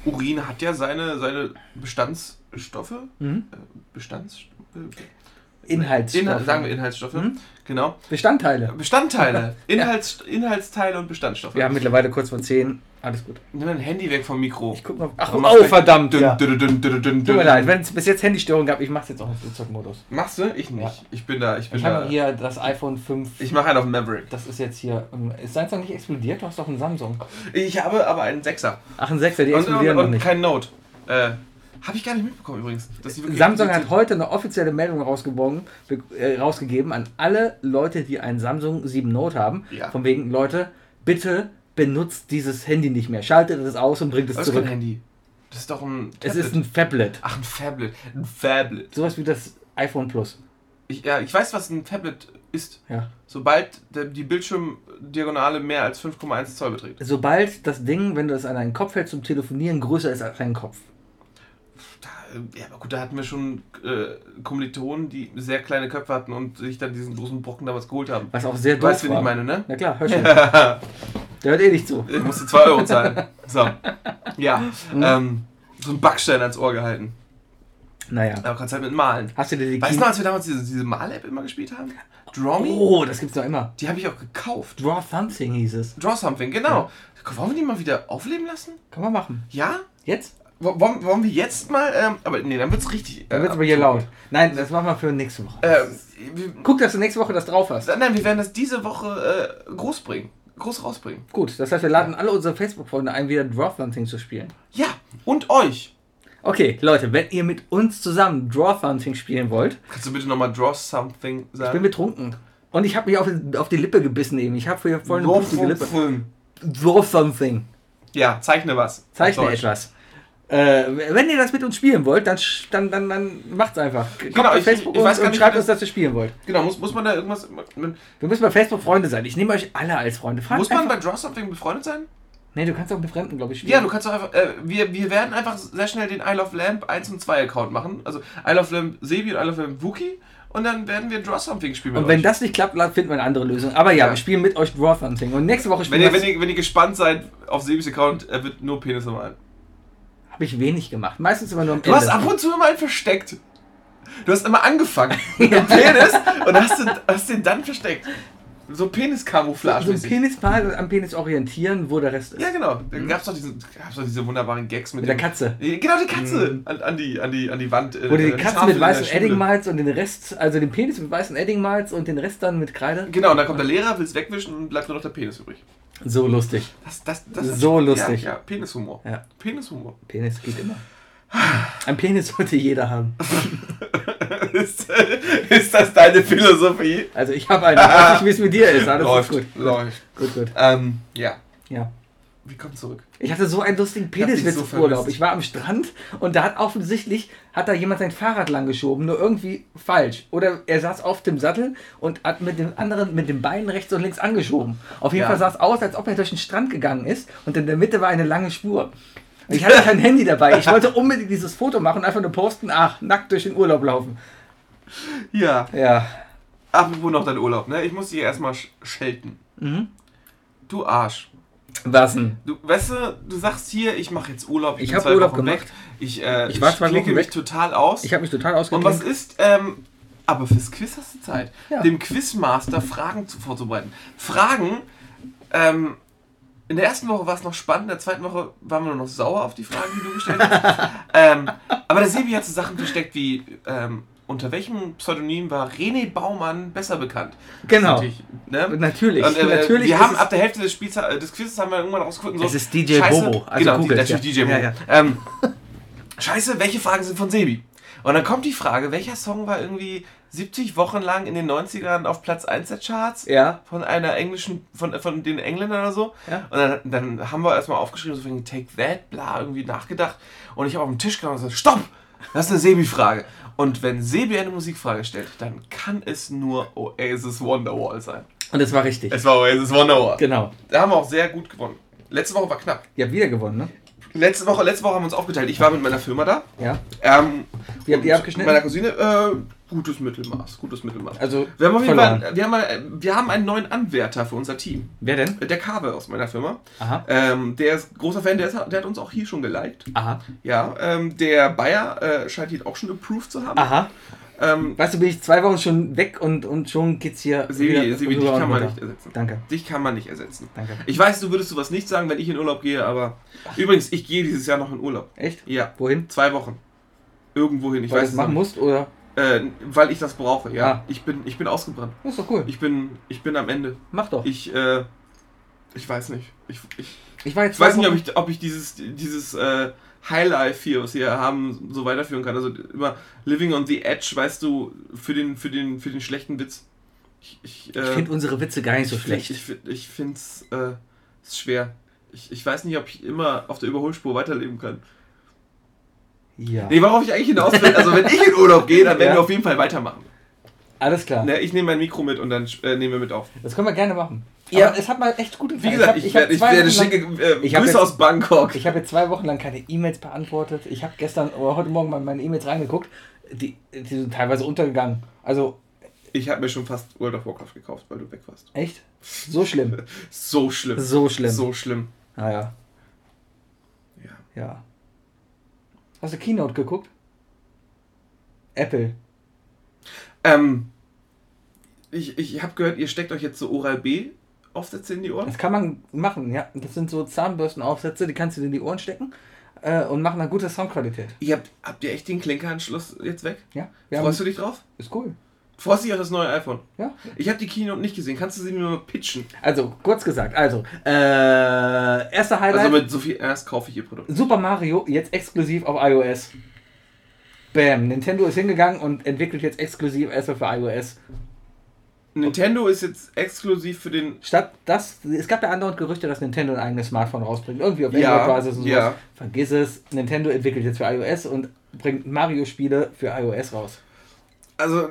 Urin hat ja seine, seine Bestandsstoffe. Mhm. Äh, Bestands. äh, Inhaltsstoffe. Inhal sagen wir Inhaltsstoffe. Mhm. Genau. Bestandteile. Bestandteile. Inhalts Inhaltsteile und Bestandstoffe. Wir haben mittlerweile kurz vor 10. Alles gut. Nimm dein Handy weg vom Mikro. Ich guck mal. Ach, Dann machst oh, du- verdammt. Dün, Ja. dün, dün, dün, dün, Tut mir dün. leid, wenn es bis jetzt Handystörung gab, ich mach's jetzt auch auf Flugzeugmodus. Machst du? Ich nicht. Ich bin da. Ich bin Ich da. habe hier das iPhone 5. Ich mache einen auf Maverick. das ist jetzt hier. ähm, Ist deins noch nicht explodiert? Du hast doch einen Samsung. Ich habe aber einen Sechser. Ach, ein 6er, die Und, und, explodieren noch und nicht. kein Note. Äh, habe ich gar nicht mitbekommen übrigens. Dass die wirklich Samsung hat heute eine offizielle Meldung rausgebogen, be- äh, rausgegeben an alle Leute, die einen Samsung 7 Note haben. Ja. Von wegen, Leute, bitte benutzt dieses Handy nicht mehr. Schaltet es aus und bringt es Das ist kein zurück. Handy. Das ist doch ein. Es Tablet. ist ein Fablet. Ach, ein Fablet. Ein Fablet. Sowas wie das iPhone Plus. Ich, ja, ich weiß, was ein Tablet ist. Ja. Sobald der, die Bildschirmdiagonale mehr als 5,1 Zoll beträgt. Sobald das Ding, wenn du es an deinen Kopf hältst zum Telefonieren, größer ist als dein Kopf. Da, äh, ja, aber gut, da hatten wir schon äh, Kommilitonen, die sehr kleine Köpfe hatten und sich dann diesen großen Brocken damals geholt haben. Was auch sehr Du doof weißt, wen war. ich meine, ne? Na klar, hör schon. Der hört eh nicht zu. Ich musste 2 Euro zahlen. So. Ja. Ähm, so einen Backstein ans Ohr gehalten. Naja. Aber kannst halt mit Malen. Hast du dir die Weißt du Kino- noch, als wir damals diese, diese Mal-App immer gespielt haben? Draw Me? Oh, das gibt's noch immer. Die habe ich auch gekauft. Draw Something hieß es. Draw Something, genau. Wollen wir die mal wieder aufleben lassen? Kann man machen. Ja? Jetzt? Wo- Wollen, wollen wir jetzt mal. Ähm, aber nee, dann wird's richtig. Dann äh, wird's aber hier laut. Nein, das machen wir für nächste Woche. Äh, wir, Guck, dass du nächste Woche das drauf hast. nein, wir werden das diese Woche äh, groß bringen. Groß rausbringen. Gut, das heißt, wir laden alle unsere Facebook-Freunde ein, wieder Draw Something zu spielen. Ja, und euch. Okay, Leute, wenn ihr mit uns zusammen Draw Something spielen wollt, Kannst du bitte nochmal Draw Something ich bin sagen? betrunken. Und ich habe mich auf, auf die Lippe gebissen eben. Ich habe vorher voll eine Draw blutige Lippe. Something. Draw Something. Ja, zeichne was. Zeichne Auf Deutsch. etwas. Äh, wenn ihr das mit uns spielen wollt, dann, sch- dann, dann, dann macht's einfach. Kommt Genau, auf ich- Facebook ich und, weiß gar und nicht, schreibt wie uns, dass ihr spielen wollt. Genau, muss, muss man da irgendwas. Man, Wir müssen bei Facebook Freunde sein. Ich nehme euch alle als Freunde. Fragt muss man einfach- bei Draw Something befreundet sein? Nee, du kannst auch mit Fremden, glaube ich, spielen. Ja, du kannst doch einfach. Äh, wir, wir werden einfach sehr schnell den Isle of Lamp 1 und 2 Account machen. Also Isle of Lamp Sebi und Isle of Lamp Wookie. Und dann werden wir Draw Something spielen. und mit wenn euch. das nicht klappt, dann finden wir eine andere Lösung. Aber ja, Ja. wir spielen mit euch Draw Something. Und nächste Woche wenn, spielen ihr, wir. wenn, ihr, wenn ihr gespannt seid auf Sebis Account, er wird nur Penisse malen. Habe ich wenig gemacht. Meistens immer nur am Du Ende. hast ab und zu immer einen versteckt. Du hast immer angefangen mit einem Penis und hast den, hast den dann versteckt. So Penis-Camouflage. so ein Penis mal und Also am Penis orientieren, wo der Rest ist. Ja, genau. Dann gab's doch diesen, gab's doch diese wunderbaren Gags mit, Mit der dem- Katze. Mhm. Ja, Genau, die Katze. An, an, die, an, die, an die Wand. äh, Wo du die an Katze Tafel mit in der weißen Schule. Edding malst und den Rest, also den Penis mit weißen Edding malst und den Rest dann mit Kreide. Genau, und dann kommt der Lehrer, will's wegwischen und bleibt nur noch der Penis übrig. So lustig. Das, das, das So lustig. Ja, ja Penishumor. Ja. Penishumor. Penis geht immer. Ein Penis sollte jeder haben. ist, ist das deine Philosophie? Also ich habe einen. Ich weiß nicht, wie es mit dir ist. Alles läuft, ist gut. läuft. Gut, gut. Ähm, ja. Ja. Wir kommen zurück. Ich hatte so einen lustigen hab dich Peniswitz so im Urlaub. vermisst. Ich war am Strand und da hat offensichtlich, hat da jemand sein Fahrrad langgeschoben, nur irgendwie falsch. Oder er saß auf dem Sattel und hat mit dem anderen, mit den Beinen rechts und links angeschoben. Auf jeden Ja. Fall sah es aus, als ob er durch den Strand gegangen ist und in der Mitte war eine lange Spur. Und Ich hatte kein Handy dabei. Ich wollte unbedingt dieses Foto machen und einfach nur posten, ach, nackt durch den Urlaub laufen. Ja. Ja. Apropos noch dein Urlaub, ne? Ich muss dich erstmal sch schelten. Mhm. Du Arsch. Was denn? Du, weißt du, du sagst hier, ich mache jetzt Urlaub. Ich bin hab zwei Urlaub Wochen gemacht. Ich, äh, Ich war zwei klicke Wochen mich weg. total aus. Ich habe mich total Und was ausgeklinkt. ist, ähm, aber fürs Quiz hast du Zeit, Ja. dem Quizmaster Fragen zu, vorzubereiten. Fragen, ähm, in der ersten Woche war es noch spannend, in der zweiten Woche waren wir nur noch sauer auf die Fragen, die du gestellt hast. ähm, aber der Sebi hat so Sachen versteckt wie, ähm, unter welchem Pseudonym war René Baumann besser bekannt? Genau. Natürlich. Ne? Natürlich. Und, äh, natürlich wir ist haben es- ab der Hälfte des Spiels, äh, des Quizzes haben wir irgendwann rausgefunden, so, Es ist DJ Bobo, also also genau, googelt, natürlich ja. DJ Bobo. Ja, ja. Ähm, Scheiße, welche Fragen sind von Sebi? Und dann kommt die Frage, welcher Song war irgendwie 70 Wochen lang in den 90ern auf Platz 1 der Charts? Ja. Von einer englischen, von, von den Engländern oder so. Ja. Und dann, dann haben wir erstmal aufgeschrieben, so von Take That, bla, irgendwie nachgedacht. Und ich habe auf den Tisch gegangen und gesagt, stopp, das ist eine Sebi-Frage. Und wenn Sebi eine Musikfrage stellt, dann kann es nur Oasis Wonderwall sein. Und es war richtig. Es war Oasis Wonderwall. genau. Da haben wir auch sehr gut gewonnen. Letzte Woche war knapp. Ihr habt wieder gewonnen, ne? Letzte Woche, letzte Woche haben wir uns aufgeteilt. Ich war mit meiner Firma da. Ja. Ähm, Wie habt und ihr abgeschnitten? Meiner Cousine, äh, gutes Mittelmaß, gutes Mittelmaß. Also, wir haben, auf jeden verloren. Fall, wir, haben, äh, wir haben einen neuen Anwärter für unser Team. Äh, Wer denn? Der Kave aus meiner Firma. Aha. Ähm, der ist großer Fan, der, ist, der hat uns auch hier schon geliked. Aha. Ja, ähm, der Bayer äh, scheint ihn auch schon approved zu haben. Aha. Ähm, Weißt du, bin ich zwei Wochen schon weg und, und schon geht's hier. Sebi, wieder Sebi dich rüber kann und man runter. nicht ersetzen. Danke. Dich kann man nicht ersetzen. Danke. Ich weiß, du würdest sowas nicht sagen, wenn ich in Urlaub gehe, aber übrigens, ich gehe dieses Jahr noch in Urlaub. Echt? Ja, Wohin? zwei Wochen. Irgendwo hin, ich Weil du weiß es es machen noch musst oder? nicht. Äh, weil ich das brauche, ja. Ah. Ich, bin, ich bin ausgebrannt. Das ist doch cool. Ich bin, ich bin am Ende. Mach doch. Ich, äh, ich weiß nicht. Ich, ich, Ich war jetzt ich weiß nicht, ob Wochen- ich, ob ich dieses, dieses äh, Highlife hier, was wir haben, so weiterführen kann. Also immer Living on the Edge, weißt du, für den, für den, für den schlechten Witz. Ich, ich, äh, Ich finde unsere Witze gar nicht so ich find- schlecht. Ich, find- ich finde es äh, ist schwer. Ich, ich weiß nicht, ob ich immer auf der Überholspur weiterleben kann. Ja. Nee, worauf ich eigentlich hinaus will, also wenn ich in Urlaub gehe, dann werden Ja. wir auf jeden Fall weitermachen. Alles klar. Ne, ich nehme mein Mikro mit und dann äh, nehmen wir mit auf. Das können wir gerne machen. Ja. Aber es hat mal echt gut Wie gefallen. gesagt, hab- ich, hab werde, ich zwei werde Wochen lang- schicke äh, Ich hab Grüße jetzt- aus Bangkok. Ich habe jetzt zwei Wochen lang keine E-Mails beantwortet. Ich habe gestern oder heute Morgen mal in meine E-Mails reingeguckt. Die, die sind teilweise untergegangen. Also, Ich habe mir schon fast World of Warcraft gekauft, weil du weg warst. echt? So schlimm. So schlimm. So schlimm. So schlimm. Naja. Ja. Ja. Hast du Keynote geguckt? Apple. Ähm, ich ich habe gehört, ihr steckt euch jetzt so Oral-B Aufsätze in die Ohren. Das kann man machen, ja. Das sind so Zahnbürstenaufsätze, die kannst du dir in die Ohren stecken äh, und machen eine gute Soundqualität. Ihr habt, habt ihr echt den Klinkeranschluss jetzt weg? Ja, wir haben, Freust du dich drauf? ist cool. Freust du dich auf das neue iPhone? Ja. Ich habe die Keynote nicht gesehen. Kannst du sie mir mal pitchen? Also, kurz gesagt, also, äh, erster Highlight, Also mit so viel Ernst kaufe ich ihr Produkt. Super Mario jetzt exklusiv auf iOS. Bam, Nintendo ist hingegangen und entwickelt jetzt exklusiv erstmal für iOS. Nintendo ist jetzt exklusiv für den. Statt das, es gab ja andauernd Gerüchte, dass Nintendo ein eigenes Smartphone rausbringt. Irgendwie auf Ja, Android-Basis und sowas. ja. Vergiss es, Nintendo entwickelt jetzt für iOS und bringt Mario-Spiele für iOS raus. Also,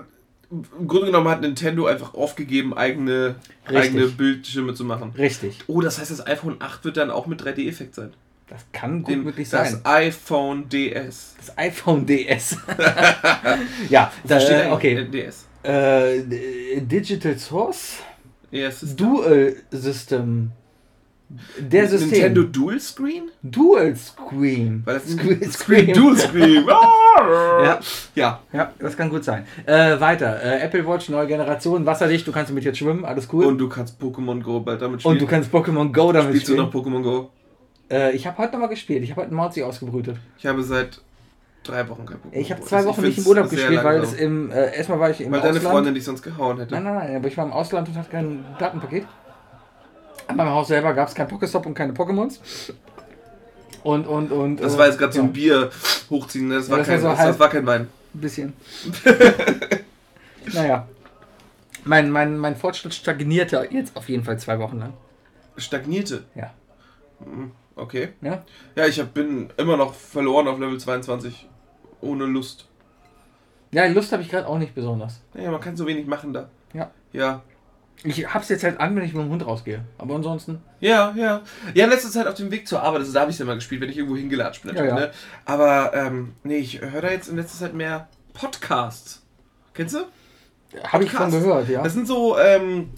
im Grunde genommen hat Nintendo einfach aufgegeben, eigene, Richtig. eigene Bildschirme zu machen. Richtig. Oh, das heißt, das iPhone 8 wird dann auch mit 3D-Effekt sein. Das kann gut Dem- möglich das sein. iPhone DS. Das iPhone DS. ja, da, Steht äh, eigentlich okay. DS. Äh, Digital Source Ja, es ist Dual System. Der System. Nintendo Dual Screen? Dual Screen. Weil das ist Screen- ein Screen. Dual Screen. ja. Ja. ja. Ja, das kann gut sein. Äh, weiter. Äh, Apple Watch, neue Generation, wasserdicht, du kannst damit jetzt schwimmen, alles cool. Und du kannst Pokémon Go bald damit spielen. Und du kannst Pokémon Go damit Spielst du spielen. noch Pokémon Go? Äh, ich habe heute nochmal gespielt. Ich habe heute Mauzi ausgebrütet. Ich habe seit drei Wochen kein Pokémon Ich habe Go. zwei Das- Wochen nicht im Oh, find's Urlaub sehr gespielt, weil es langsam. im. Äh, erstmal war ich im Weil Ausland. deine Freundin dich sonst gehauen hätte. Nein, nein, nein, aber ich war im Ausland und hatte kein Datenpaket. An meinem Haus selber gab es kein Pokéstop und keine Pokémons. Und, und, und. Das äh, war jetzt gerade so ja, ein Bier hochziehen, ne? das, Ja, war das war kein, so das, halb- das war kein Wein. ein bisschen. naja. Mein, mein, mein Fortschritt stagnierte jetzt auf jeden Fall zwei Wochen lang. Stagnierte. Mhm, Ja. Okay. Ja? Ja, ich hab, bin immer noch verloren auf Level 22. Ohne Lust. Ja, Lust habe ich gerade auch nicht besonders. Naja, man kann so wenig machen da. Ja. Ja. Ich hab's jetzt halt an, wenn ich mit dem Hund rausgehe. Aber ansonsten. Ja, ja. Ja, in letzter Zeit auf dem Weg zur Arbeit, also da habe ich es immer gespielt, wenn ich irgendwo hingelatscht bin. Ja, natürlich, Ne? Aber ähm, nee, ich höre da jetzt in letzter Zeit mehr Podcasts. Kennst du? Habe ich schon Podcasts. gehört, ja. Das sind so, ähm,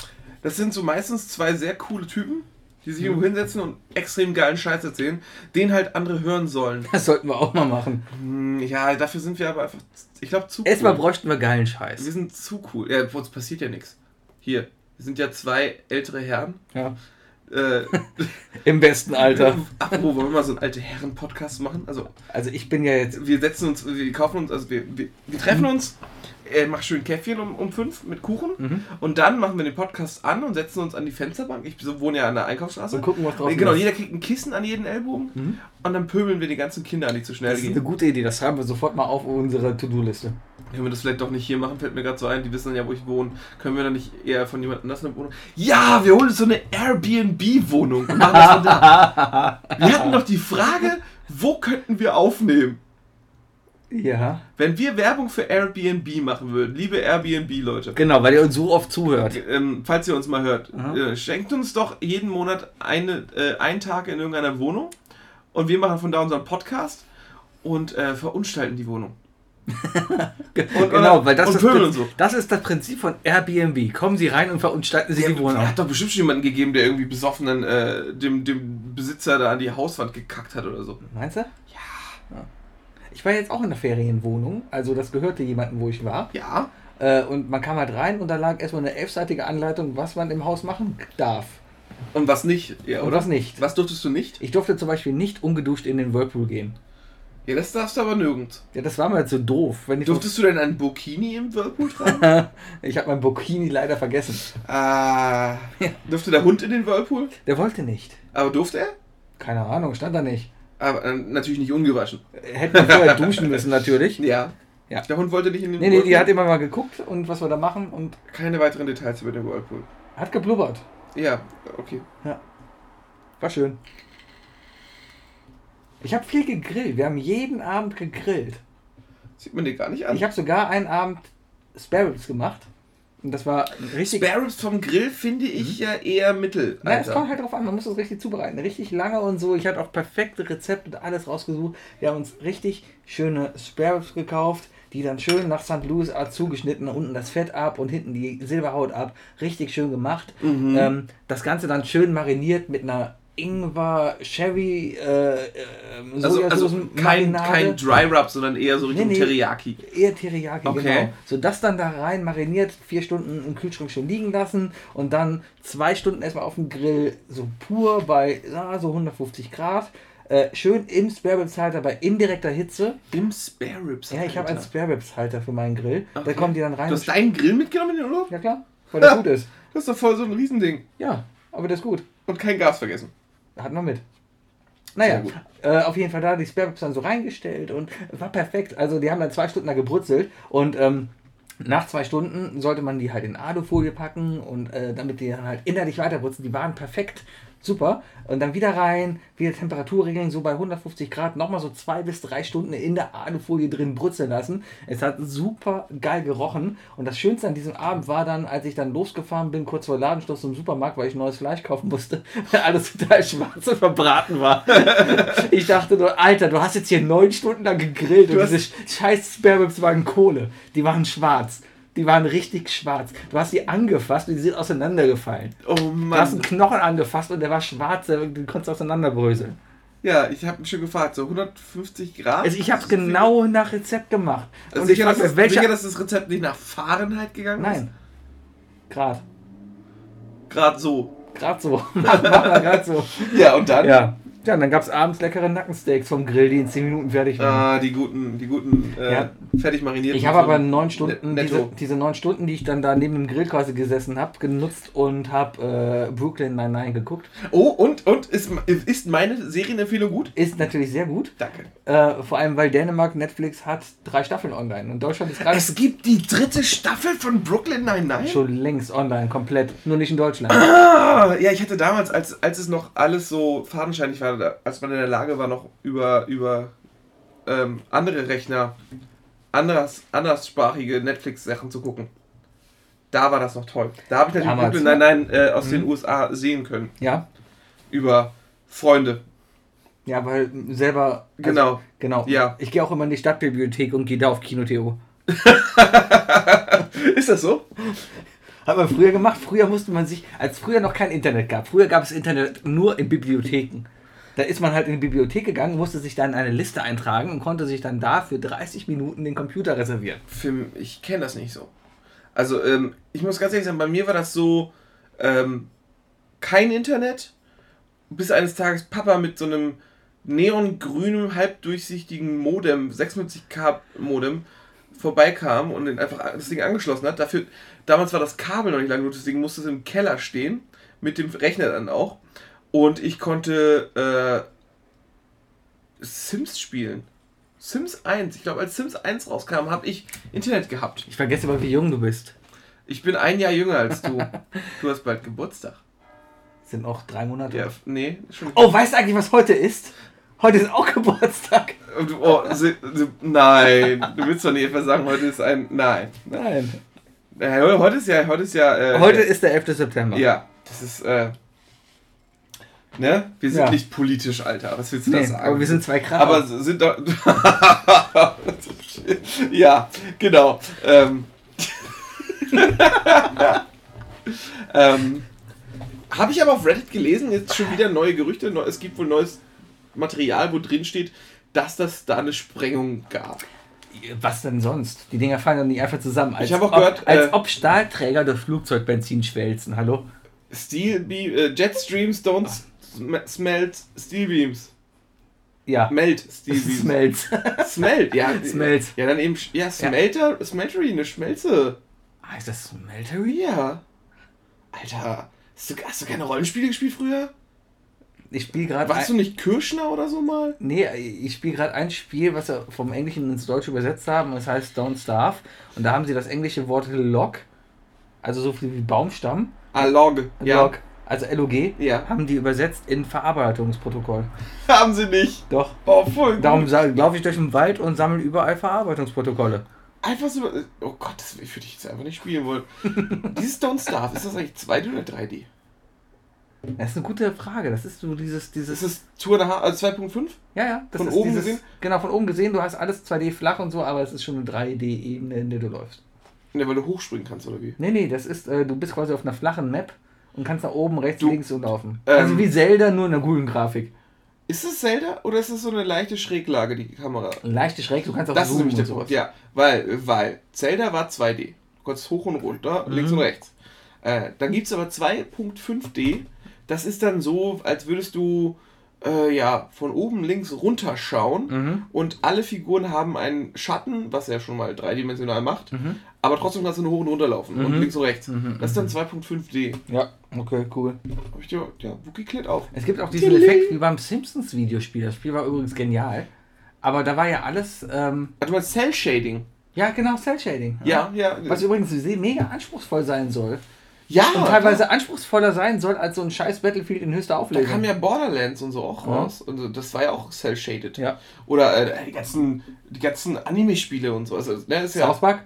das sind so meistens zwei sehr coole Typen, die Mhm. sich irgendwo hinsetzen und extrem geilen Scheiß erzählen, den halt andere hören sollen. Das sollten wir auch mal machen. Hm, Ja, dafür sind wir aber einfach, ich glaube, zu Erstmal cool. bräuchten wir geilen Wir Scheiß. sind zu cool. Ja, uns passiert ja nichts. Hier, wir sind ja zwei ältere Herren. Ja. Äh, Im besten Alter. apropos, wollen wir mal so einen alte Herren-Podcast machen? Also, Also ich bin ja jetzt. wir setzen uns, wir kaufen uns, also wir, wir, wir treffen uns, äh, mach schön Käffchen um, um fünf mit Kuchen Mhm. und dann machen wir den Podcast an und setzen uns an die Fensterbank. Ich so- wohne ja an der Einkaufsstraße. Und gucken, was draußen Genau, ist. jeder kriegt ein Kissen an jeden Ellbogen Mhm. und dann pöbeln wir die ganzen Kinder an, die zu schnell Das ist eine gehen. gute Idee. Das schreiben wir sofort mal auf unsere To-Do-Liste. Können wir das vielleicht doch nicht hier machen, fällt mir gerade so ein, die wissen ja, wo ich wohne. Können wir dann nicht eher von jemand anders eine Wohnung? Ja, wir holen uns so eine Airbnb-Wohnung und machen das dann da. Wir hatten doch die Frage, wo könnten wir aufnehmen? Ja. Wenn wir Werbung für Airbnb machen würden, liebe Airbnb-Leute, Genau, weil ihr uns so oft zuhört. ähm, falls ihr uns mal hört, Aha. äh, schenkt uns doch jeden Monat eine, äh, einen Tag in irgendeiner Wohnung und wir machen von da unseren Podcast und äh, verunstalten die Wohnung. Und- genau, und- weil das und ist, Pöbel und das, so. das ist das Prinzip von Airbnb. Kommen Sie rein und verunstalten Sie die Wohnung. Hat doch bestimmt schon jemanden gegeben, der irgendwie besoffen dann, äh, dem, dem Besitzer da an die Hauswand gekackt hat oder so. Meinst du? Ja. Ich war jetzt auch in einer Ferienwohnung. Also das gehörte jemandem, wo ich war. Ja. Äh, und man kam halt rein und da lag erstmal eine elfseitige Anleitung, was man im Haus machen darf. Und was nicht, ja, und oder? was nicht. Was durftest du nicht? Ich durfte zum Beispiel nicht ungeduscht in den Whirlpool gehen. Ja, das darfst du aber nirgends. Ja, das war mir halt so doof. Wenn ich Durftest du denn einen Burkini im Whirlpool tragen? ich habe mein Burkini leider vergessen. ah. Durfte der Hund in den Whirlpool? Der wollte nicht. Aber durfte er? Keine Ahnung, stand da nicht. Aber äh, natürlich nicht ungewaschen. Hätten wir vorher duschen müssen natürlich. Ja. Ja. Der Hund wollte nicht in den Nee, nee, die Whirlpool. hat immer mal geguckt und was wir da machen und Keine weiteren Details über den Whirlpool. hat geblubbert. Ja, okay. War schön. Ich habe viel gegrillt. Wir haben jeden Abend gegrillt. Sieht man dir gar nicht an. Ich habe sogar einen Abend Spare Ribs gemacht. Und das war richtig. Spare Ribs vom Grill finde ich Mhm. ja eher mittel. Na, es Alter. kommt halt drauf an, man muss es richtig zubereiten. Richtig lange und so. Ich hatte auch perfekte Rezepte und alles rausgesucht. Wir haben uns richtig schöne Spare Ribs gekauft, die dann schön nach St. Louis Art zugeschnitten, unten das Fett ab und hinten die Silberhaut ab. Richtig schön gemacht. Mhm. Ähm, das Ganze dann schön mariniert mit einer Ingwer, Sherry, äh, ähm, also also kein, Sojasoßen-Marinade. kein Dry Rub, sondern eher so Richtung Nee, nee. Teriyaki. Eher Teriyaki, Okay. genau. So das dann da rein mariniert, vier Stunden im Kühlschrank schon liegen lassen und dann zwei Stunden erstmal auf dem Grill so pur bei ja, so 150 Grad. Äh, schön im Spare Ribs Halter bei indirekter Hitze. Im Spare Ribs. Ja, ich habe Alter. einen Spare Ribs Halter für meinen Grill. Da Okay. kommen die dann rein. Du hast deinen Grill mitgenommen in den Urlaub? ja klar, weil der Ja. gut ist. Das ist doch voll so ein Riesending. Ja, aber das ist gut. Und kein Gas vergessen. Hat man mit. Sehr Naja, gut. äh, auf jeden Fall da die Spare Ribs dann so reingestellt und war perfekt. Also die haben dann zwei Stunden da gebrutzelt und ähm, nach zwei Stunden sollte man die halt in Alufolie packen und äh, damit die dann halt innerlich weiterbrutzen. Die waren perfekt. super. Und dann wieder rein, wieder Temperatur regeln, so bei 150 Grad, nochmal so zwei bis drei Stunden in der Alufolie drin brutzeln lassen. Es hat super geil gerochen. Und das Schönste an diesem Abend war dann, als ich dann losgefahren bin, kurz vor Ladenschluss zum Supermarkt, weil ich neues Fleisch kaufen musste, weil alles total schwarz und verbraten war. Ich dachte nur, Alter, du hast jetzt hier neun Stunden lang gegrillt und hast- diese scheiß Sperrwürps waren Kohle. Die waren schwarz. Die waren richtig schwarz. Du hast sie angefasst und die sind auseinandergefallen. Oh Du hast einen Mann. Knochen angefasst und der war schwarz, der- den konntest du auseinanderbröseln. Ja, ich habe mich schon gefragt, so 150 Grad. Also ich habe es genau nach Rezept gemacht. Also und sicher, ich dass frag das, mir, welcher... sicher, dass das Rezept nicht nach Fahrenheit gegangen Nein. Grad. ist? Gerade so. Grad so. Mach mal grad so. Ja, und dann? Ja. Ja, und dann gab es abends leckere Nackensteaks vom Grill, die in 10 Minuten fertig waren. Ah, die guten, die guten äh, Ja. fertig marinierten. Ich habe aber neun Stunden, Net- diese, netto. diese neun Stunden, die ich dann da neben dem Grill quasi gesessen habe, genutzt und habe äh, Brooklyn Nine-Nine geguckt. Oh, und, und ist, ist meine Serienempfehlung gut? Ist natürlich sehr gut. Danke. Äh, vor allem, weil Dänemark, Netflix hat drei Staffeln online und Deutschland ist gerade Es gibt die dritte Staffel von Brooklyn Nine-Nine. schon längst online, komplett. Nur nicht in Deutschland. Ah, ja, ich hatte damals, als, als es noch alles so fadenscheinig war, da- als man in der Lage war, noch über, über ähm, andere Rechner anders, anderssprachige Netflix-Sachen zu gucken. Da war das noch toll. Da habe ich natürlich Damals, Brooklyn Nine-Nine äh, aus den USA sehen können. Ja? Über Freunde. Ja, weil selber. also- Genau. Genau. Ja. Ich gehe auch immer in die Stadtbibliothek und gehe da auf Kinotheo. Ist das so? Hat man früher gemacht. Früher musste man sich, als früher noch kein Internet gab, früher gab es Internet nur in Bibliotheken. Da ist man halt in die Bibliothek gegangen, musste sich dann eine Liste eintragen und konnte sich dann da für 30 Minuten den Computer reservieren. Film, ich kenne das nicht so. Also, ähm, ich muss ganz ehrlich sagen, bei mir war das so, ähm, kein Internet, bis eines Tages Papa mit so einem neongrünen, halbdurchsichtigen Modem, 56k Modem, vorbeikam und den einfach das Ding angeschlossen hat. Dafür, damals war das Kabel noch nicht lang genug, deswegen musste es im Keller stehen, mit dem Rechner dann auch. Und ich konnte äh, Sims spielen. Sims 1. Ich glaube, als Sims 1 rauskam, habe ich Internet gehabt. Ich vergesse immer, wie jung du bist. Ich bin ein Jahr jünger als du. Du hast bald Geburtstag. Sind auch drei Monate. Ja, nee, schon. Oh, weißt du eigentlich, was heute ist? Heute ist auch Geburtstag. Und du- Oh, se, se, nein, du willst doch nicht etwa sagen, heute ist ein. Nein. Nein. Äh, Heute ist ja. Heute ist ja. Äh, Heute ist der 11. September. Ja, das ist. Äh, ne? Wir sind Ja. nicht politisch, Alter. Was willst du da Nee, sagen? aber wir sind zwei Kracher. Aber sind doch. ja, genau. Ähm. ähm. Habe ich aber auf Reddit gelesen, jetzt schon wieder neue Gerüchte. neu- Es gibt wohl neues Material, wo drin steht, dass das da eine Sprengung gab. was denn sonst? Die Dinger fallen doch nicht einfach zusammen. Als Ich hab auch ob, gehört, als äh, ob Stahlträger durch Flugzeugbenzin schwelzen. Hallo? Steel Beam, äh, Jetstreams don't sm smelt Steel Beams. Ja. Melt Steel Beams. Smells. Smelt, ja. Smelt. Ja, dann eben. sch- Ja, Smelter, Smeltery, eine Schmelze. Ah, Heißt das Smeltery? Ja. Alter, hast du, hast du keine Rollenspiele gespielt früher? Ich spiele gerade. Warst du nicht Kirschner oder so mal? Nee, ich spiele gerade ein Spiel, was sie vom Englischen ins Deutsche übersetzt haben. Es heißt Don't Starve. Und da haben sie das englische Wort Log, also so viel wie Baumstamm, Ah, Log. Ja. Log, also LOG, Ja. haben die übersetzt in Verarbeitungsprotokoll. Haben sie nicht. Doch. Oh, voll gut. Darum laufe ich durch den Wald und sammle überall Verarbeitungsprotokolle. Einfach so. Oh Gott, das ich würde ich jetzt einfach nicht spielen wollen. Dieses Don't Starve, ist das eigentlich 2D oder 3D? Das ist eine gute Frage. Das ist so dieses, dieses. Ist das 2,5, also 2.5? ja, ja. Das von ist oben dieses, gesehen? Genau, von oben gesehen. Du hast alles 2D flach und so, aber es ist schon eine 3D-Ebene, in der du läufst. Ne, weil du hochspringen kannst oder wie? Nee, nee, das ist, äh, du bist quasi auf einer flachen Map und kannst nach oben, rechts, Du- links so laufen. Ähm. also wie Zelda, nur in einer guten Grafik. Ist das Zelda oder ist das so eine leichte Schräglage, die Kamera? Eine leichte Schräg, du kannst auch Das ist zoomen nämlich der und Punkt. sowas. Ja, weil, weil Zelda war 2D. Du konntest hoch und Mhm. runter, links und rechts. Äh, dann gibt es aber 2.5D. Das ist dann so, als würdest du äh, ja, von oben links runterschauen Mhm. und alle Figuren haben einen Schatten, was er schon mal dreidimensional macht, Mhm. aber trotzdem kannst du nur hoch und runter laufen und Mhm. links und rechts. Mhm, Das ist dann 2.5D. ja, okay, cool. Hab ich dir, ja, Wookie klärt auf. Es gibt auch diesen Tilly. Effekt wie beim Simpsons-Videospiel. Das Spiel war übrigens genial. Aber da war ja alles, ähm, Ah, Du meinst Cell Shading? ja genau, Cell-Shading. Ja, ja. Was übrigens sehr mega anspruchsvoll sein soll. Ja, und teilweise anspruchsvoller sein soll als so ein scheiß Battlefield in höchster Da Auflösung. kam ja Borderlands und so Mhm. auch raus. Und das war ja auch cell-shaded. Ja. Oder äh, die ganzen, die ganzen Anime-Spiele und so. Also, ne, ist ja South Park?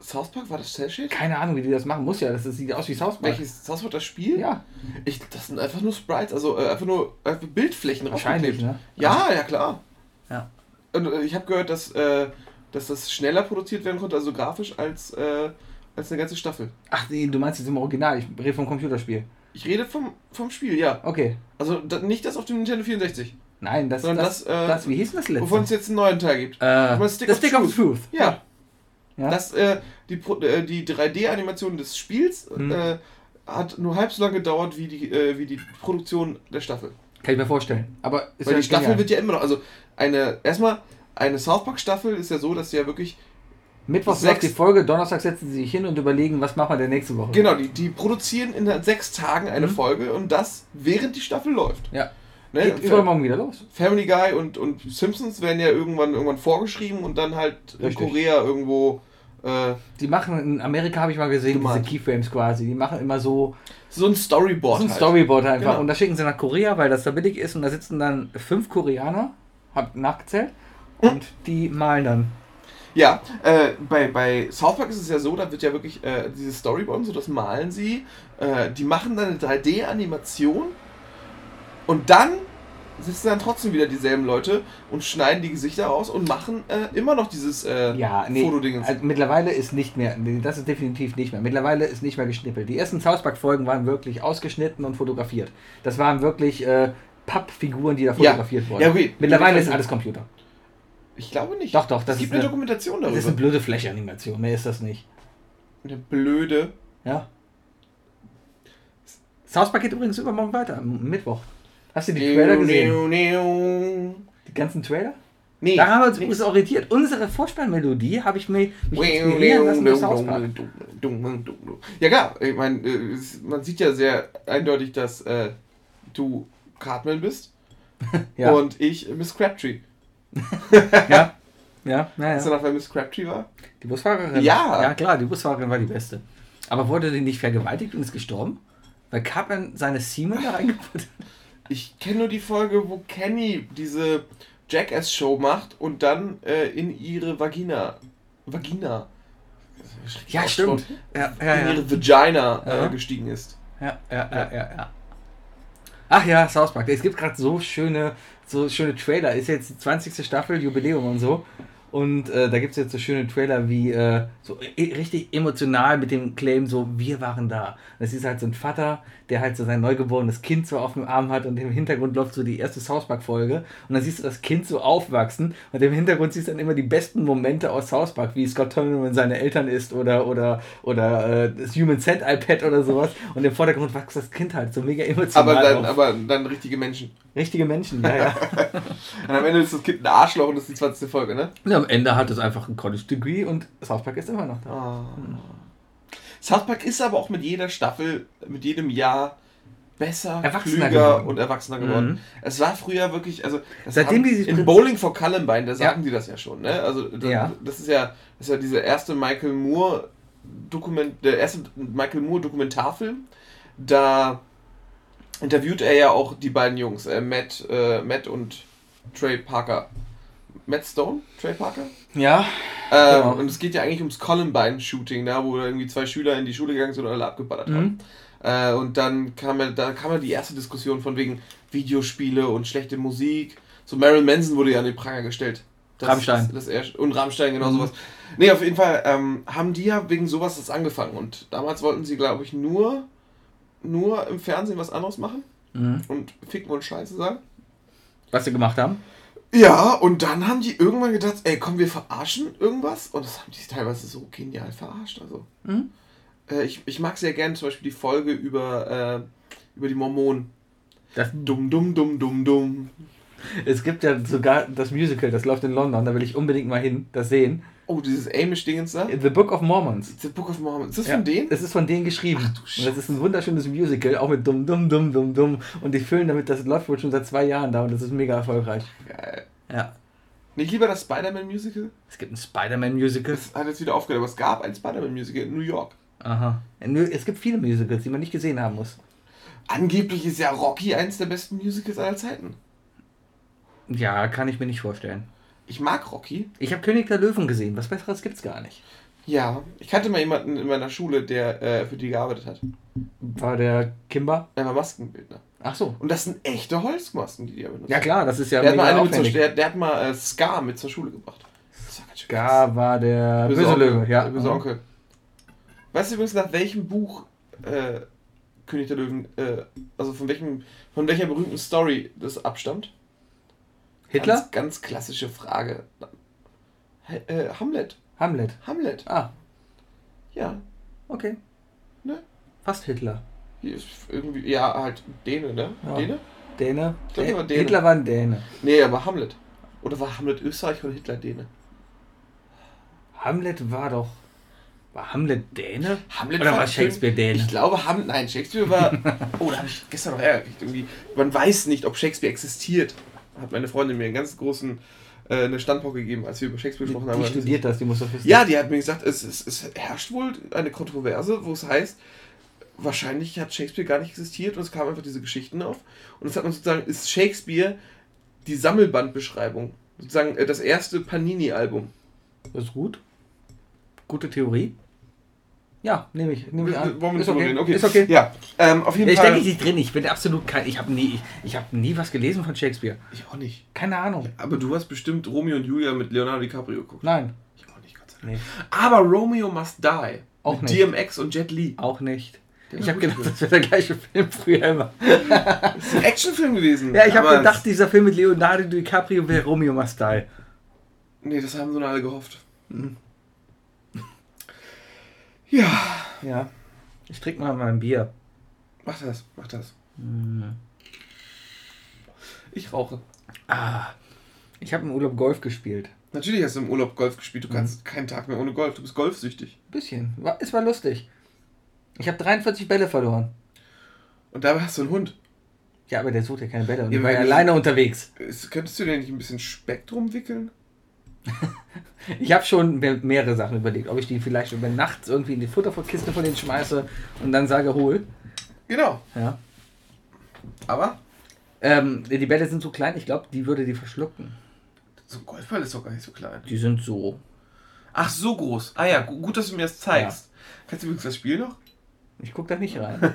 South Park, war das cell-shaded? Keine Ahnung, wie die das machen. Muss ja, das sieht aus wie South Park. Welches South Park das Spiel? Ja, Ich, das sind einfach nur Sprites, also äh, einfach nur äh, Bildflächen wahrscheinlich. draufgeklebt. Ne? Ja, ja klar. Ja. Und äh, ich habe gehört, dass, äh, dass das schneller produziert werden konnte, also grafisch, als, äh, als eine ganze Staffel. Ach nee, du meinst jetzt im Original. Ich rede vom Computerspiel. Ich rede vom, vom Spiel, ja. Okay. Also da, nicht das auf dem Nintendo 64, Nein, das sondern das, das, äh, das, wie hieß denn das letzte? wovon es jetzt einen neuen Teil gibt. äh, meine, das Stick, of, Truth. Ja. Ja. Das, äh, die Pro- äh, die 3D-Animation des Spiels Mhm. äh, hat nur halb so lange gedauert wie die, äh, wie die Produktion der Staffel. Kann ich mir vorstellen. Aber ist Weil ja die Staffel genial. wird ja immer noch, also eine, erstmal, eine South Park-Staffel ist ja so, dass sie ja wirklich Mittwochs läuft die sechs- Folge, Donnerstag setzen sie sich hin und überlegen, was machen wir denn nächste Woche. Genau, die, die produzieren in sechs Tagen eine Mhm. Folge und das während die Staffel läuft. Ja. Ne? Geht übermorgen wieder los. Family Guy und, und Simpsons werden ja irgendwann irgendwann vorgeschrieben und dann halt in Richtig. Korea irgendwo äh, Die machen, in Amerika habe ich mal gesehen, Gemalt. diese Keyframes quasi. Die machen immer so, so ein Storyboard. so ein halt. Storyboard einfach. Genau. Und das schicken sie nach Korea, weil das da billig ist. Und da sitzen dann fünf Koreaner, hab nachgezählt, Hm? und die malen dann. Ja, äh, bei, bei South Park ist es ja so, da wird ja wirklich äh, dieses Storyboard und so, das malen sie, äh, die machen dann eine 3D-Animation und dann sitzen dann trotzdem wieder dieselben Leute und schneiden die Gesichter aus und machen äh, immer noch dieses äh, Ja, nee. Fotodingens. Also mittlerweile ist nicht mehr, nee, das ist definitiv nicht mehr. Mittlerweile ist nicht mehr geschnippelt. Die ersten South Park Folgen waren wirklich ausgeschnitten und fotografiert. Das waren wirklich äh, Pappfiguren, die da fotografiert wurden. Ja, okay. Mittlerweile ist alles Computer. Ich glaube nicht. Doch, doch, das Es gibt ist eine eine- Dokumentation Das darüber. ist eine blöde Flächenanimation, mehr ist das nicht. eine blöde. Ja. South Park geht übrigens übermorgen weiter, am Mittwoch. Hast du die Trailer gesehen? Neo, neo. Die ganzen Trailer? Nee. Daran haben wir uns orientiert. Unsere Vorspannmelodie habe ich mir mich inspirieren lassen durch South Park. Ja, klar. Ich meine, äh, es- man sieht ja sehr eindeutig, dass äh, du Cartman bist Ja, und ich Miss Crabtree. ja, ja, ja, Hast ja. du noch, wer Miss Crabtree war? Die Busfahrerin? Ja. Ja, klar, die Busfahrerin war die Beste. Aber wurde die nicht vergewaltigt und ist gestorben? Weil Cartman seine Seaman da reingeputzt hat? Ich kenne nur die Folge, wo Kenny diese Jackass-Show macht und dann äh, in ihre Vagina. Vagina. Ja, stimmt. Ja, ja, In ja. ihre Vagina äh, Ja. gestiegen ist. Ja, ja, ja, ja, ja. Ach ja, South Park. Es gibt gerade so schöne, so schöne Trailer. Ist jetzt die 20. Staffel, Jubiläum und so. Und äh, da gibt es jetzt so schöne Trailer wie äh, so e richtig emotional mit dem Claim, so wir waren da. Und das ist halt so ein Vater, der halt so sein neugeborenes Kind so auf dem Arm hat und im Hintergrund läuft so die erste South Park-Folge. Und dann siehst du das Kind so aufwachsen und im Hintergrund siehst du dann immer die besten Momente aus South Park, wie Scott Turnerman seine Eltern ist oder oder oder äh, das Human Cent iPad oder sowas. Und im Vordergrund wächst das Kind halt so mega emotional. Aber dann, auf. aber dann richtige Menschen. Richtige Menschen, ja, ja. Und am Ende ist das Kind ein Arschloch und das ist die 20. Folge, ne? und am Ende hat es einfach ein College Degree und South Park ist immer noch da. Ah. South Park ist aber auch mit jeder Staffel, mit jedem Jahr besser, Erwachsener klüger geworden. und erwachsener geworden. Mhm. Es war früher wirklich, also das Seitdem haben- die sich in prin- Bowling for Columbine, da sagten die das ja schon, ne? Also das, Ja. das ist ja das ist ja dieser erste Michael Moore Dokument, der erste Michael Moore Dokumentarfilm, da interviewt er ja auch die beiden Jungs, äh, Matt, äh, Matt und Trey Parker. Matt Stone? Trey Parker? Ja. Ähm, Genau. Und es geht ja eigentlich ums Columbine-Shooting, da wo irgendwie zwei Schüler in die Schule gegangen sind und alle abgeballert Mhm. haben. Äh, und dann kam ja, da kam ja die erste Diskussion von wegen Videospiele und schlechte Musik. So Marilyn Manson wurde ja an den Pranger gestellt. Das- Rammstein. Das, das er, und Rammstein, genau Mhm. sowas. Nee, auf jeden Fall ähm, haben die ja wegen sowas das angefangen. Und damals wollten sie, glaube ich, nur, nur im Fernsehen was anderes machen Mhm. und Ficken und Scheiße sagen. Was sie gemacht haben. Ja, und dann haben die irgendwann gedacht, ey, komm, wir verarschen irgendwas. Und das haben die teilweise so genial verarscht. Also, Mhm. äh, ich, ich mag sehr gerne zum Beispiel die Folge über, äh, über die Mormonen. Das Dumm, dumm, dumm, dumm, dumm. Es gibt ja sogar das Musical, das läuft in London, da will ich unbedingt mal hin, das sehen. Oh, dieses Amish-Dingens da. The Book of Mormons. The Book of Mormon. Ist das Ja, von denen? Es ist von denen geschrieben. Ach, du und das ist ein wunderschönes Musical, auch mit dumm, dumm, dumm, dumm, dumm. Und die füllen damit, das läuft wohl schon seit zwei Jahren da und das ist mega erfolgreich. Geil. Ja. Nicht lieber das Spider-Man-Musical? Es gibt ein Spider-Man-Musical. Das hat jetzt wieder aufgehört, aber es gab ein Spider-Man-Musical in New York. Aha. Nö, es gibt viele Musicals, die man nicht gesehen haben muss. Angeblich ist ja Rocky eins der besten Musicals aller Zeiten. Ja, kann ich mir nicht vorstellen. Ich mag Rocky. Ich habe König der Löwen gesehen. Was Besseres gibt's gar nicht. Ja, ich kannte mal jemanden in meiner Schule, der äh, für die gearbeitet hat. War der Kimber? Der war Maskenbildner. Ach so. Und das sind echte Holzmasken, die die benutzt. Ja klar, das ist ja der, hat mal mega eine mit zur, aufwendig. der, der hat mal äh, Scar mit zur Schule gebracht. Das war ganz schön krass. Da war der böse, Löwe, ja. Der Böse Onkel. Weißt du übrigens, nach welchem Buch äh, König der Löwen, äh, also von, welchem, von welcher berühmten Story das abstammt? Hitler? Ganz, ganz klassische Frage. H- Äh, Hamlet. Hamlet. Hamlet. Ah, Ja. okay. Ne? Fast Hitler. Hier ist irgendwie, ja, halt Däne, ne? Ja. Däne? Däne? Ich glaub, er war Däne. Hitler war ein Däne. Nee, aber Hamlet. Oder war Hamlet Österreich oder Hitler Däne? Hamlet war doch. War Hamlet Däne? Hamlet Oder war war ein Film- Shakespeare Däne? Ich glaube, Hamlet, nein, Shakespeare war. oh, da habe ich gestern noch Ärger gekriegt. Irgendwie, man weiß nicht, ob Shakespeare existiert. Hat meine Freundin mir einen ganz großen äh, eine Standpunkt gegeben, als wir über Shakespeare gesprochen haben. die studiert das, die muss doch wissen. Ja, die hat mir gesagt, es, es, es herrscht wohl eine Kontroverse, wo es heißt, wahrscheinlich hat Shakespeare gar nicht existiert und es kamen einfach diese Geschichten auf. Und es hat man sozusagen, ist Shakespeare die Sammelbandbeschreibung. Sozusagen äh, das erste Panini-Album. Das ist gut. Gute Theorie. Ja, nehme ich, nehme ich an. Wollen wir nicht ist drüber okay. reden? Okay. Ist okay. Ja, ähm, auf jeden Ich Fall. denke ich nicht drin. Ich bin absolut kein. Ich habe nie, ich- ich habe nie was gelesen von Shakespeare. ich auch nicht. Keine Ahnung. Aber du hast bestimmt Romeo und Julia mit Leonardo DiCaprio geguckt. Nein, Ich auch nicht, Gott sei Dank. Nee. Aber Romeo Must Die. Auch mit nicht. DMX und Jet Li. auch nicht. Der ich war habe gut gedacht, gewesen. das wäre der gleiche Film früher immer. Das ist ein Actionfilm gewesen. Ja, ich habe Aber- gedacht, dieser Film mit Leonardo DiCaprio wäre Romeo Mastal. Nee, das haben so nur alle gehofft. Hm. Ja, Ja. Ich trinke mal mein Bier. mach das, mach das. Ich rauche. Ah. Ich habe im Urlaub Golf gespielt. Natürlich hast du im Urlaub Golf gespielt. Du Hm. kannst keinen Tag mehr ohne Golf. Du bist golfsüchtig. Bisschen. War, es war lustig. Ich habe 43 Bälle verloren. Und dabei hast du einen Hund. Ja, aber der sucht ja keine Bälle und Ja, ich war ja weil- alleine unterwegs. Ist- Könntest du dir nicht ein bisschen Spektrum wickeln? Ich habe schon mehr, mehrere Sachen überlegt, ob ich die vielleicht über Nacht irgendwie in die Futterkiste von denen schmeiße und dann sage, hol. Genau. Ja. Aber Ähm, die Bälle sind so klein, ich glaube, die würde die verschlucken. so ein Golfball ist doch gar nicht so klein. Die sind so. Ach, so groß. Ah ja, gu- gut, dass du mir das zeigst. Kannst du übrigens das Spiel noch? Ich gucke da nicht rein.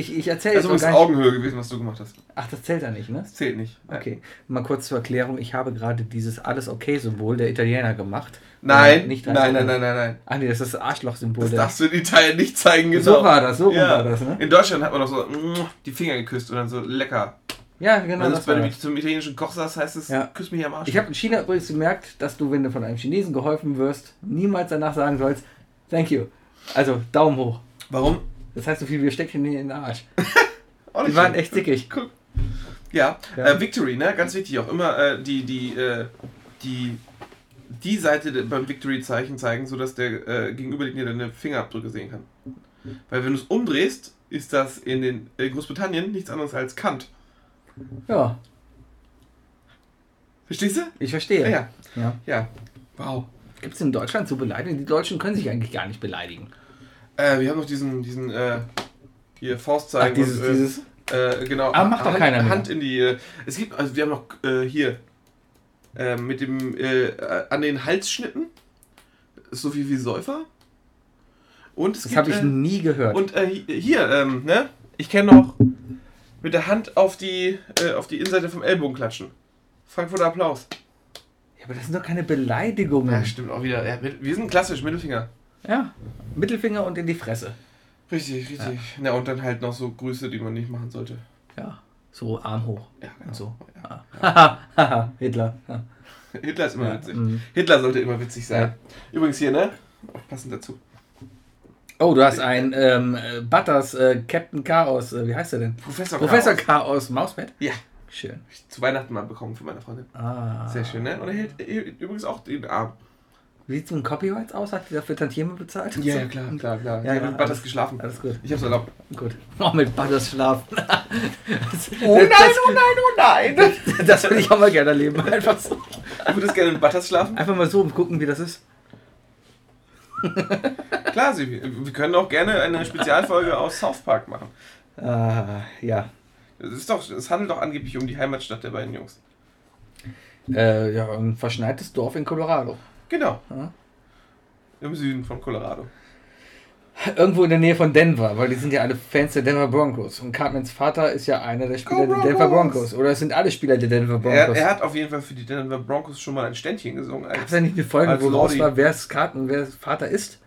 Also ich, ich erzähle Das jetzt noch ist übrigens gar nicht. Augenhöhe gewesen, was du gemacht hast. Ach, das zählt da nicht, ne? Das zählt nicht. Nein. Okay, mal kurz zur Erklärung. Ich habe gerade dieses Alles-Okay-Symbol der Italiener gemacht. Nein, Äh, nicht rein- nein, nein, nein, nein, nein. Ach nee, das ist das Arschloch-Symbol. Das der- darfst du in Italien nicht zeigen, genau. So war das, so rum ja. war das, ne? In Deutschland hat man doch so mm, die Finger geküsst und dann so lecker. Ja, genau. Wenn du das es bei war dem, das. zum italienischen Koch sagst, heißt es, Ja. küss mich am Arsch. Ich habe in China übrigens gemerkt, dass du, wenn du von einem Chinesen geholfen wirst, niemals danach sagen sollst, thank you. Also Daumen hoch. Warum? Das heißt so viel, wir stecken dir in den Arsch. Auch Die nicht waren schön. echt sickig. Cool. Ja, Ja. Äh, Victory, ne? Ganz wichtig auch immer äh, die, die, äh, die, die Seite de- beim Victory-Zeichen zeigen, sodass der äh, Gegenüberliegende deine Fingerabdrücke sehen kann. Weil wenn du es umdrehst, ist das in den in Großbritannien nichts anderes als Kant. Ja, Verstehst du? ich verstehe. Ja. Ja. Ja. Wow. Gibt es in Deutschland zu beleidigen? Die Deutschen können sich eigentlich gar nicht beleidigen. Äh, wir haben noch diesen, diesen, äh, hier Faustzeigen. Ach, dieses- und, äh, dieses- Äh, genau. Ah, macht doch Hand, keiner mehr. Hand in die. Äh, es gibt, also wir haben noch äh, hier äh, mit dem äh, äh, an den Hals schnitten. Ist so viel wie Säufer. Und es Das gibt, habe ich äh, nie gehört. und äh, hi- hier, ähm, ne? Ich kenne noch mit der Hand auf die äh, auf die Innenseite vom Ellbogen klatschen. Frankfurter Applaus. ja, aber das sind doch keine Beleidigungen. Ja, stimmt auch wieder. Ja, mit- wir sind klassisch Mittelfinger. Ja, Mittelfinger und in die Fresse. Richtig, richtig. Na und dann halt noch so Grüße, die man nicht machen sollte. Ja, so Arm hoch Ja, genau. und so. Ja. Ah. Haha, haha, Hitler. Ja. Hitler ist immer Ja, witzig. mhm. Hitler sollte immer witzig sein. Übrigens hier, ne? Auch passend dazu. Oh, du hast ein ähm, äh, Butters äh, Captain Chaos, äh, wie heißt er denn? Professor, Professor Chaos. Chaos Mauspad? Ja, Schön. hab ich zu Weihnachten mal bekommen von meiner Freundin. Ah. Sehr schön, ne? Und er hält äh, übrigens auch den Arm. Wie sieht es mit Copyrights aus? Hat die dafür Tantieme bezahlt? So. klar, klar. Ja, Ja, ich ja, habe mit Butters alles- geschlafen. Alles gut. Ich hab's erlaubt. Gut. Oh, mit Butters schlafen. Das- oh nein! das, das würde ich auch mal gerne erleben. Einfach so. Du würdest gerne mit Butters schlafen? Einfach mal so und gucken, wie das ist. Klar, Sie, wir können auch gerne eine Spezialfolge aus South Park machen. Äh, ja. Es, ist doch, es handelt doch angeblich um die Heimatstadt der beiden Jungs. Äh, ja, ein verschneites Dorf in Colorado. Genau. Ja. Im Süden von Colorado. Irgendwo in der Nähe von Denver, weil die sind ja alle Fans der Denver Broncos. Und Cartmans Vater ist ja einer der Spieler der Denver Broncos! Broncos. Oder es sind alle Spieler der Denver Er, Broncos. er hat auf jeden Fall für die Denver Broncos schon mal ein Ständchen gesungen. Also, Gab es Als, ja nicht eine Folge, Als wo raus Lordi. war, wer es Cartman, wer es Vater ist?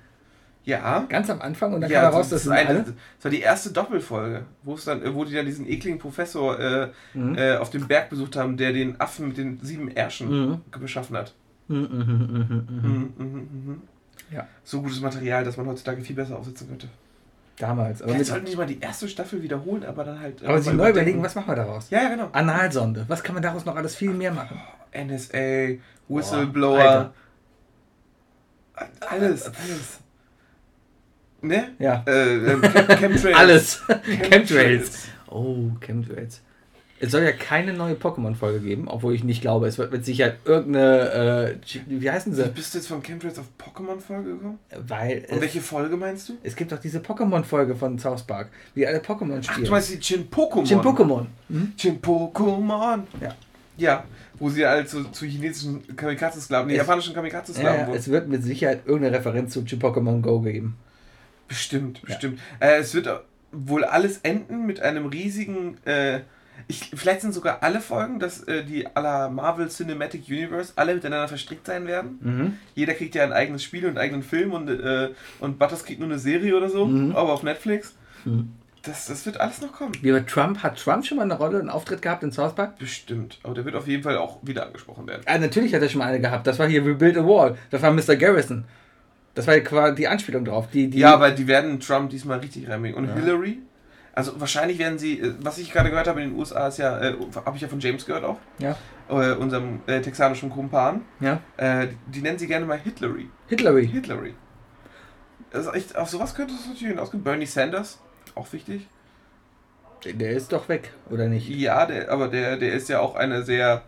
ja. Ganz am Anfang und dann Ja, also kam raus, dass das, sind ist eine, alle. das war die erste Doppelfolge, wo, es dann, wo die dann diesen ekligen Professor äh, Mhm. äh, auf dem Berg besucht haben, der den Affen mit den sieben Ärschen Mhm. beschaffen hat. Mhm, mhm, mhm, mhm. Mhm, mhm, mhm. Ja. So gutes Material, dass man heutzutage viel besser aufsetzen könnte. Damals. Aber, Vielleicht mit, sollten die mal die erste Staffel wiederholen, aber dann halt. aber äh, sich neu mal überdenken. überlegen, was machen wir daraus? Ja, ja, genau. Analsonde. Was kann man daraus noch alles viel mehr machen? NSA, Alter. Whistleblower. alles, alles. Ne? Ja. Äh, äh, Chem- Chemtrails. Alles. Chemtrails. Oh, Chemtrails. Es soll ja keine neue Pokémon-Folge geben, obwohl ich nicht glaube, es wird mit Sicherheit irgendeine. Äh, Ch- wie heißen Wie sie? Bist du jetzt von Chemtrails auf Pokémon-Folge gekommen? Weil. Und Es, welche Folge meinst du? es gibt doch diese Pokémon-Folge von South Park, wie alle Pokémon Ach, du spielen. Mhm. meinst die Chin Pokémon. Shin Pokémon. Chin Pokémon. Ja. Ja, wo sie alle zu, zu chinesischen Kamikaze-Sklaven, nee, Es- japanischen Ja, Kamikaze-Sklaven ja, wurden. es wird mit Sicherheit irgendeine Referenz zu Shin Pokémon Go geben. Bestimmt, bestimmt. Äh, es wird wohl alles enden mit einem riesigen. Äh, ich, vielleicht sind sogar alle Folgen, dass äh, die aller Marvel Cinematic Universe alle miteinander verstrickt sein werden. Mhm. Jeder kriegt ja ein eigenes Spiel und einen eigenen Film und, äh, und Butters kriegt nur eine Serie oder so, Mhm. aber auf Netflix. Mhm. Das, das wird alles noch kommen. Wie bei Trump, hat Trump schon mal eine Rolle, einen Auftritt gehabt in South Park? Bestimmt. Aber der wird auf jeden Fall auch wieder angesprochen werden. Ah, natürlich hat er schon mal eine gehabt. Das war hier Rebuild a Wall. Das war Mr. Garrison. Das war quasi die Anspielung drauf. Die, die, Ja, aber die werden Trump diesmal richtig reinbringen. Und Ja. Hillary? Also wahrscheinlich werden sie, äh, was ich gerade gehört habe in den USA, ist ja, äh, habe ich ja von James gehört auch. Ja. Äh, unserem äh, texanischen Kumpan. Ja. Äh, die, die nennen sie gerne mal Hitlery. Hitlery. Hitlery. Also echt, auf sowas könnte es natürlich hinausgehen. Bernie Sanders, auch wichtig. Der ist doch weg, oder nicht? Ja, der, aber der, der ist ja auch eine sehr,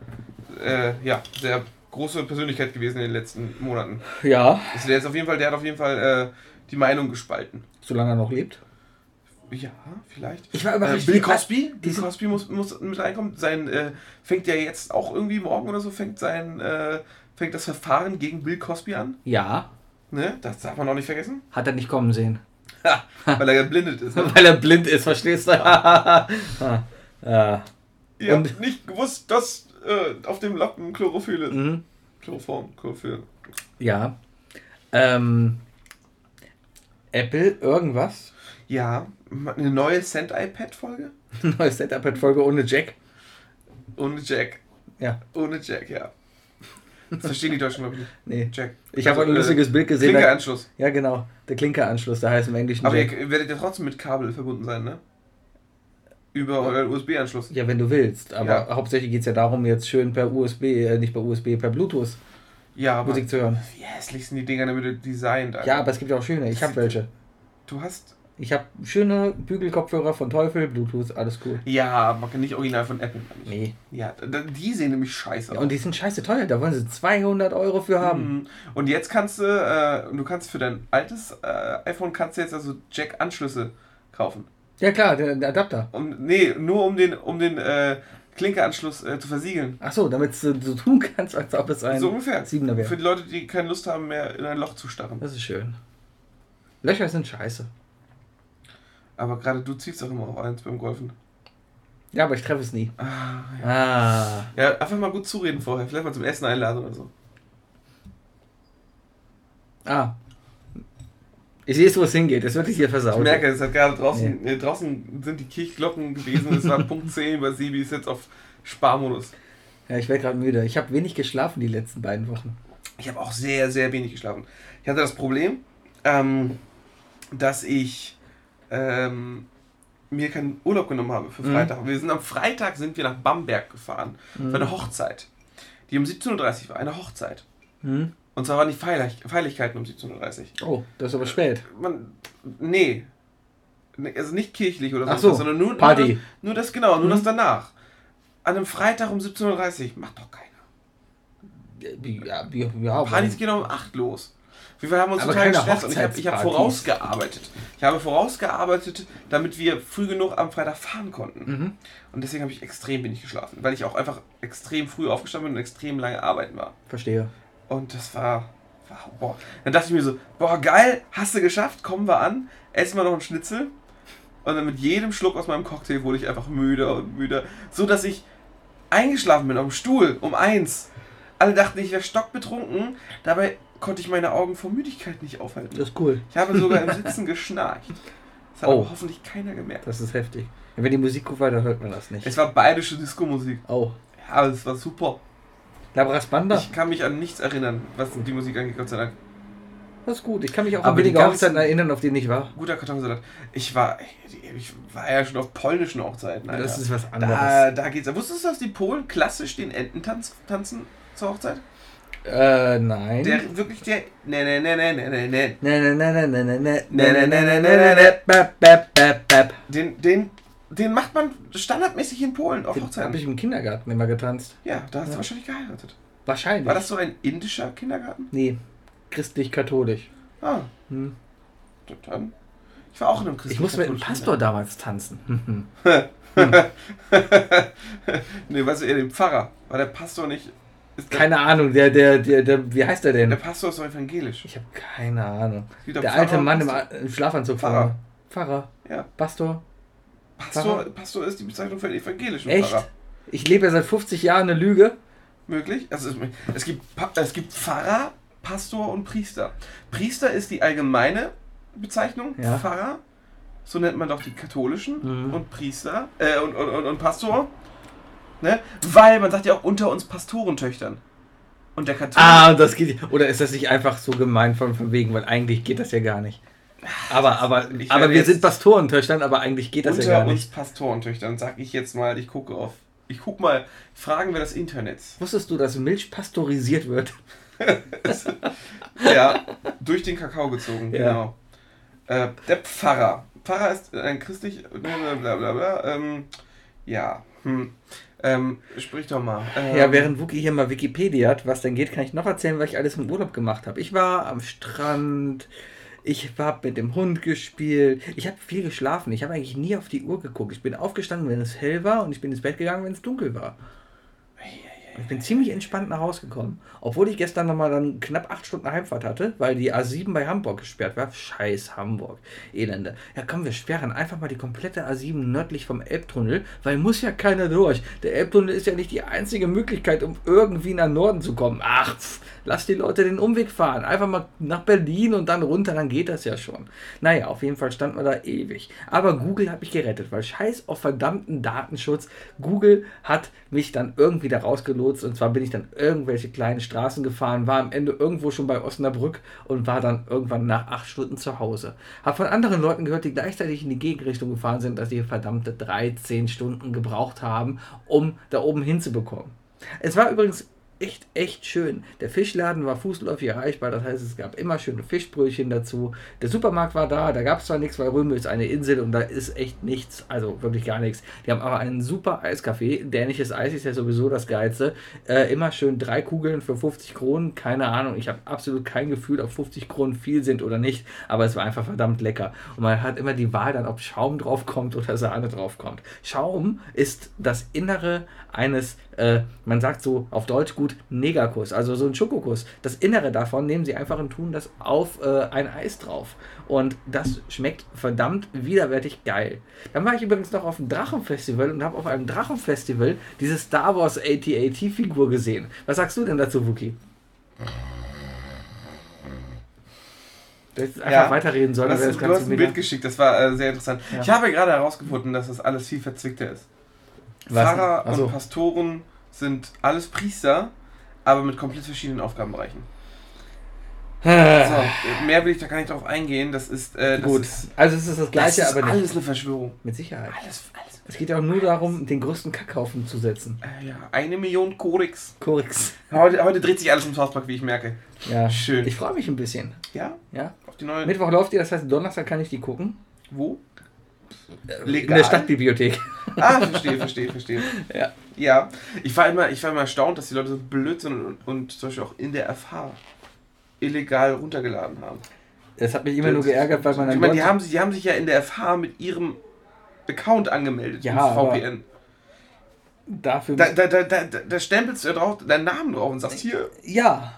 äh, ja, sehr große Persönlichkeit gewesen in den letzten Monaten. Ja. Also der ist auf jeden Fall, der hat auf jeden Fall äh, die Meinung gespalten. Solange er noch lebt. Ja, vielleicht. Ich war Äh, überrascht. Bill wie- Cosby? Bill diese- Cosby muss, muss mit reinkommen. Sein, äh, fängt ja jetzt auch irgendwie morgen oder so, fängt sein, äh, fängt das Verfahren gegen Bill Cosby an. Ja, Ne? Das darf man auch nicht vergessen. hat er nicht kommen sehen. Ha, weil er geblindet ist. Ne? Weil er blind ist, verstehst du? Ah, ja. Ihr Und- habt nicht gewusst, dass äh, auf dem Lappen Chlorophyll ist. Mhm. Chloroform, Chlorophyll. ja. Ähm, Apple, irgendwas? Ja, eine neue Send iPad-Folge? Neue Setup-Folge ohne Jack? Ohne Jack. Ja, Ohne Jack, ja. Das verstehen die Deutschen, glaube ich, nicht. nee. Jack. Ich habe Also, ein lustiges Bild äh, gesehen. Da, Klinkeanschluss. ja, genau. Der Klinkeranschluss, da heißt im Englischen Aber Jack. ihr werdet ja trotzdem mit Kabel verbunden sein, ne? Über euren USB-Anschluss. Ja, wenn du willst. Aber Ja. hauptsächlich geht es ja darum, jetzt schön per USB, äh, nicht per USB, per Bluetooth Ja, aber Musik zu hören. wie hässlich sind die Dinger damit designt, Alter. Ja, aber es gibt ja auch schöne. Ich habe welche. Du hast... Ich habe schöne Bügelkopfhörer von Teufel, Bluetooth, alles cool. Ja, aber nicht original von Apple. Nee. Ja, d- die sehen nämlich scheiße Ja, und die sind scheiße teuer, da wollen sie 200 Euro für haben. Mhm. Und jetzt kannst du, äh, du kannst für dein altes äh, iPhone kannst du jetzt also Jack-Anschlüsse kaufen. Ja klar, der, der Adapter. Um, nee, nur um den, um den äh, Klinkeanschluss äh, zu versiegeln. Achso, damit du so tun kannst, als ob es ein so ungefähr. Siebener Für wäre. die Leute, die keine Lust haben, mehr in ein Loch zu starren. Das ist schön. Löcher sind scheiße. Aber gerade du ziehst doch immer auf eins beim Golfen. Ja, aber ich treffe es nie. Ah, ja. Ah. ja, einfach mal gut zureden vorher. Vielleicht mal zum Essen einladen oder so. Ah. Ich sehe es, wo es hingeht. Es wird dich hier Ich versaut. merke, es hat gerade draußen, äh, draußen sind die Kirchglocken gewesen. Es war Punkt 10 bei Sebi, ist jetzt auf Sparmodus. Ja, ich werde gerade müde. Ich habe wenig geschlafen die letzten beiden Wochen. Ich habe auch sehr, sehr wenig geschlafen. Ich hatte das Problem, ähm, dass ich ähm, mir keinen Urlaub genommen habe für Mhm. Freitag. Wir sind am Freitag sind wir nach Bamberg gefahren für Mhm. eine Hochzeit, die um 17.30 Uhr war. Eine Hochzeit. Hm? Und zwar waren die Feierlich Feierlichkeiten um 17.30 Uhr. Oh, das ist aber spät. Man, nee. Nee, Also nicht kirchlich oder Ach sonst was, so, sondern nur, nur, Party. das, nur das, genau, nur Mhm. das danach. An einem Freitag um 17.30 Uhr macht doch keiner. Ja, ja, ja, Partys gehen um 8 los. Wir haben uns Aber total keine gestresst und ich habe ich hab Hochzeitspartys. vorausgearbeitet. Ich habe vorausgearbeitet, damit wir früh genug am Freitag fahren konnten. Mhm. Und deswegen habe ich extrem wenig geschlafen, weil ich auch einfach extrem früh aufgestanden bin und extrem lange arbeiten war. Verstehe. Und das war, war boah. Dann dachte ich mir so, boah, geil, hast du geschafft, kommen wir an, essen wir noch einen Schnitzel. Und dann mit jedem Schluck aus meinem Cocktail wurde ich einfach müder und müder, so dass ich eingeschlafen bin auf dem Stuhl um eins. Alle dachten, ich wäre stockbetrunken, dabei konnte ich meine Augen vor Müdigkeit nicht aufhalten. Das ist cool. Ich habe sogar im Sitzen geschnarcht. Das hat Oh. aber hoffentlich keiner gemerkt. Das ist heftig. Wenn die Musik gut war, dann hört man das nicht. Es war bayerische Disco-Musik. Oh. Ja, aber es war super. Labras Banda. Ich kann mich an nichts erinnern, was die Musik angeht, Gott sei Dank. das ist gut. Ich kann mich auch Aber an die wenige ganzen- Hochzeiten erinnern, auf denen ich war. Guter Kartoffelsalat. Ich war, ich war ja schon auf polnischen Hochzeiten. Alter. Das ist was anderes. da, da geht's. Wusstest du, dass die Polen klassisch den Ententanz tanzen zur Hochzeit? äh, nein. Der wirklich der. Ne, ne, ne, ne, ne, ne, ne. Ne, ne, ne, ne, ne, ne, Ne, ne, ne, ne, ne, ne, ne, ne, ne, ne. ne, bap, bap, bap, bap. Den, den, den macht man standardmäßig in Polen auf Den habe ich Hochzeiten. im Kindergarten immer getanzt. Ja, da hast du Ja. wahrscheinlich geheiratet. Wahrscheinlich. War das so ein indischer Kindergarten? Nee, christlich-katholisch. Ah, Hm. dann. Ich war auch in einem Ich musste mit einem Pastor christlichen-katholischen damals tanzen. Mhm. Kindergarten. ne, weißt du, eher den Pfarrer. War der Pastor nicht. Ist der, Keine Ahnung, der, der, der, der, wie heißt der der denn? Pastor ist doch evangelisch. Ich habe keine Ahnung. Es gibt doch Der Pfarrer alte und Mann im, Pastor. A- im Schlafanzug. Pfarrer. Pfarrer. Ja. Pastor. Pastor, Pfarrer? Pastor ist die Bezeichnung für einen evangelischen Pfarrer. Echt? Ich lebe ja seit 50 Jahren eine Lüge. Möglich? Also es, es, gibt, Pa- es gibt Pfarrer, Pastor und Priester. Priester ist die allgemeine Bezeichnung, Ja. Pfarrer, so nennt man doch die katholischen, Mhm. und Priester, äh, und, und, und, und Pastor. Ne? Weil man sagt ja auch unter uns Pastorentöchtern. Und der Katholik. Ah, und das geht. Oder ist das nicht einfach so gemein von, von wegen? Weil eigentlich geht das ja gar nicht. Aber, aber, Ich aber werde wir jetzt- sind Pastorentöchtern, aber eigentlich geht das unter ja gar uns nicht. Pastorentöchtern, sag ich jetzt mal, ich gucke auf. Ich guck mal, fragen wir das Internet. Wusstest du, dass Milch pasteurisiert wird? Ja, durch den Kakao gezogen, Ja. genau. Äh, der Pfarrer. Pfarrer ist ein christlich. Blablabla. Bla, bla, ähm, ja. Hm. Ähm, sprich doch mal. Ähm, Ja, während Wookie hier mal Wikipedia hat, was denn geht, kann ich noch erzählen, was ich alles im Urlaub gemacht habe. Ich war am Strand, ich habe mit dem Hund gespielt, ich habe viel geschlafen, ich habe eigentlich nie auf die Uhr geguckt. Ich bin aufgestanden, wenn es hell war und ich bin ins Bett gegangen, wenn es dunkel war. Und Ich bin ziemlich entspannt nach Hause gekommen, obwohl ich gestern nochmal dann knapp acht Stunden Heimfahrt hatte, weil die A7 bei Hamburg gesperrt war. Scheiß Hamburg, Elende. Ja komm, wir sperren einfach mal die komplette A7 nördlich vom Elbtunnel, weil muss ja keiner durch. Der Elbtunnel ist ja nicht die einzige Möglichkeit, um irgendwie nach Norden zu kommen. Ach, pff, lass die Leute den Umweg fahren. Einfach mal nach Berlin und dann runter, dann geht das ja schon. Naja, auf jeden Fall stand man da ewig. Aber Google hat mich gerettet, weil scheiß auf verdammten Datenschutz. Google hat mich dann irgendwie da rausgelotst und zwar bin ich dann irgendwelche kleinen Straßen gefahren, war am Ende irgendwo schon bei Osnabrück und war dann irgendwann nach acht Stunden zu Hause. Hab von anderen Leuten gehört, die gleichzeitig in die Gegenrichtung gefahren sind, dass sie verdammte 13 Stunden gebraucht haben, um da oben hinzubekommen. Es war übrigens echt, echt schön. Der Fischladen war fußläufig erreichbar, das heißt, es gab immer schöne Fischbrötchen dazu. Der Supermarkt war da, da gab es zwar nichts, weil Röme ist eine Insel und da ist echt nichts, also wirklich gar nichts. Die haben aber einen super Eiskaffee, dänisches Eis ist ja sowieso das Geilste. Äh, immer schön drei Kugeln für 50 Kronen, keine Ahnung, ich habe absolut kein Gefühl, ob 50 Kronen viel sind oder nicht, aber es war einfach verdammt lecker. Und man hat immer die Wahl dann, ob Schaum draufkommt oder Sahne draufkommt. Schaum ist das Innere eines, äh, man sagt so auf Deutsch gut, Negerkuss, also so ein Schokokuss. Das Innere davon nehmen sie einfach und tun das auf äh, ein Eis drauf. Und das schmeckt verdammt widerwärtig geil. Dann war ich übrigens noch auf dem Drachenfestival und habe auf einem Drachenfestival diese Star Wars AT-AT-Figur gesehen. Was sagst du denn dazu, Wookie? Jetzt einfach Ja. weiterreden sollen, das, aber das du hast Ganze ein wieder. Bild geschickt, das war äh, sehr interessant. Ja. Ich habe gerade herausgefunden, dass das alles viel verzwickter ist. Was? Pfarrer Ach so. und Pastoren sind alles Priester, aber mit komplett verschiedenen Aufgabenbereichen. So, äh, mehr will ich da gar nicht drauf eingehen. Das ist. Äh, das Ah. Gut, Ist, also es ist das das gleiche, ist aber alles nicht. eine Verschwörung. Mit Sicherheit. Alles, alles. Es geht ja auch nur darum, den größten Kackhaufen zu setzen. Äh, ja, eine Million Korix. Korix. Heute, heute dreht sich alles ums Hauspark, wie ich merke. Ja. Schön. Ich freue mich ein bisschen. Ja? Ja. Auf die neue. Mittwoch läuft die, das heißt, Donnerstag kann ich die gucken. Wo? Äh, In der Stadtbibliothek. Ah, verstehe, verstehe, verstehe. Ja. Ja. Ich war immer, ich war immer erstaunt, dass die Leute so blöd sind und, und zum Beispiel auch in der FH illegal runtergeladen haben. Das hat mich immer nur geärgert, weil man Ich dann meine, die Leute- haben, sich- die haben sich ja in der FH mit ihrem Account angemeldet, Ja, mit aber- VPN. dafür. Da, da, da, da, da stempelst du ja drauf, deinen Namen drauf und Äh, sagst, hier, ja,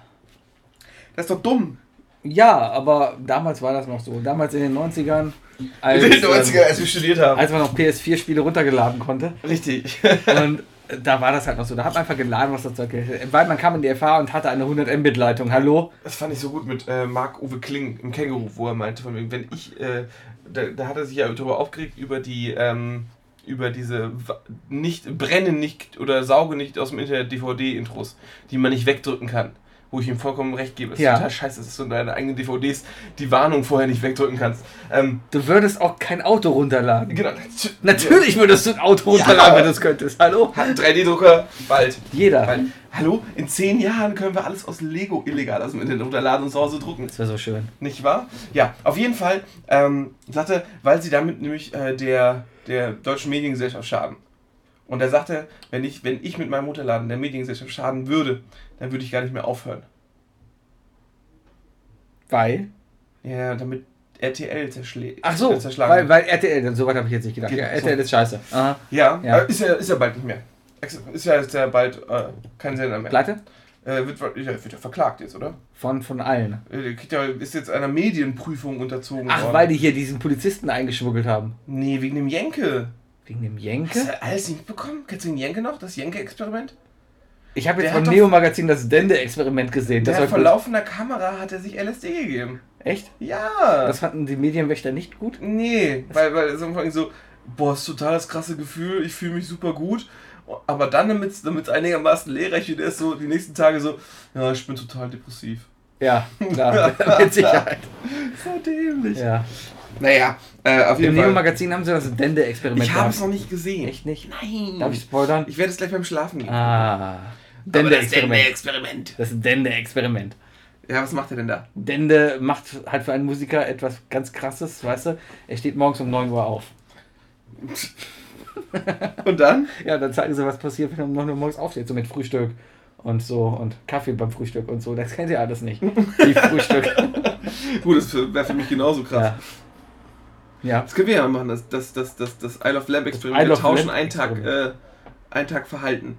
das ist doch dumm. ja, aber damals war das noch so. Damals in den 90ern, als, In den 90er, ähm, als wir studiert haben. als man noch PS4-Spiele runtergeladen konnte. Richtig. Und da war das halt noch so. Da hat man einfach geladen, was das Zeug hält. Weil man kam in die FH und hatte eine 100 Mbit-Leitung. Hallo? Das fand ich so gut mit äh, Marc-Uwe Kling im Känguru, wo er meinte, von wegen, wenn ich, äh, da, da hat er sich ja darüber aufgeregt, über die, ähm, über diese Wa- nicht, brenne nicht oder sauge nicht aus dem Internet DVD-Intros, die man nicht wegdrücken kann. Wo ich ihm vollkommen recht gebe. Es ist Ja. total scheiße, dass du in deinen eigenen DVDs die Warnung vorher nicht wegdrücken kannst. Ähm, Du würdest auch kein Auto runterladen. genau. Natürlich würdest du ein Auto runterladen, wenn du es könntest. Hallo? Hat einen 3D-Drucker, bald. Jeder. Bald. Hallo, in zehn Jahren können wir alles aus Lego illegal aus dem Internet runterladen und zu Hause drucken. Das wäre so schön. Nicht wahr? Ja, auf jeden Fall ähm, sagte, weil sie damit nämlich äh, der, der deutschen Mediengesellschaft schaden. Und er sagte, wenn ich, wenn ich mit meinem Mutterladen der Mediengesellschaft schaden würde, dann würde ich gar nicht mehr aufhören. Weil? Ja, damit RTL zerschlägt. Ach so, zerschlagen. weil, weil RTL, so weit habe ich jetzt nicht gedacht. Geht Ja, so. RTL ist scheiße. Aha. ja, Ja. Äh, ist ja, ist ja bald nicht mehr. Ex- Ist ja, ist ja bald äh, kein Sender mehr. Pleite? Äh, wird, wa- ja, wird ja verklagt jetzt, oder? Von, von allen. Äh, kriegt ja- Ist jetzt einer Medienprüfung unterzogen Ach, worden. weil die hier diesen Polizisten eingeschmuggelt haben. nee, wegen dem Jenke. Wegen dem Hast Jenke? du alles nicht bekommen? Kennst du den Jenke noch? Das Jenke-Experiment? Ich habe jetzt Der hat vom doch- Neo-Magazin das Dende-Experiment gesehen. Das Der war hat vor gut. laufender Kamera hat er sich LSD gegeben. Echt? Ja. Das fanden die Medienwächter nicht gut? nee, weil, weil es am Anfang so, boah, ist total das krasse Gefühl, ich fühle mich super gut. Aber dann, damit es einigermaßen lehrreich wird, ist so die nächsten Tage so, ja, ich bin total depressiv. Ja, klar. Mit Sicherheit. So dämlich. Ja. Naja, äh, auf Im jeden Fall. Neo-Magazin haben sie das Dende-Experiment Ich habe es gehabt. noch nicht gesehen. Echt nicht? Nein. Darf ich spoilern? ich werde es gleich beim Schlafen gehen. Ah. Aber das Dende-Experiment. Experiment. Das Dende-Experiment. Ja, was macht er denn da? Dende macht halt für einen Musiker etwas ganz krasses, weißt du? Er steht morgens um 9 Uhr auf. Und dann? Ja, dann zeigen sie, was passiert, wenn er um 9 Uhr morgens aufsteht, so mit Frühstück und so und Kaffee beim Frühstück und so. Das kennt ihr alles nicht. Die Frühstück. Gut, das wäre für mich genauso krass. Ja. Ja. Das können wir ja machen, das, das, das, das, das Isle of Lamp Experiment. Isle Wir of tauschen Lamp einen Tag, äh, Experiment. einen Tag Verhalten.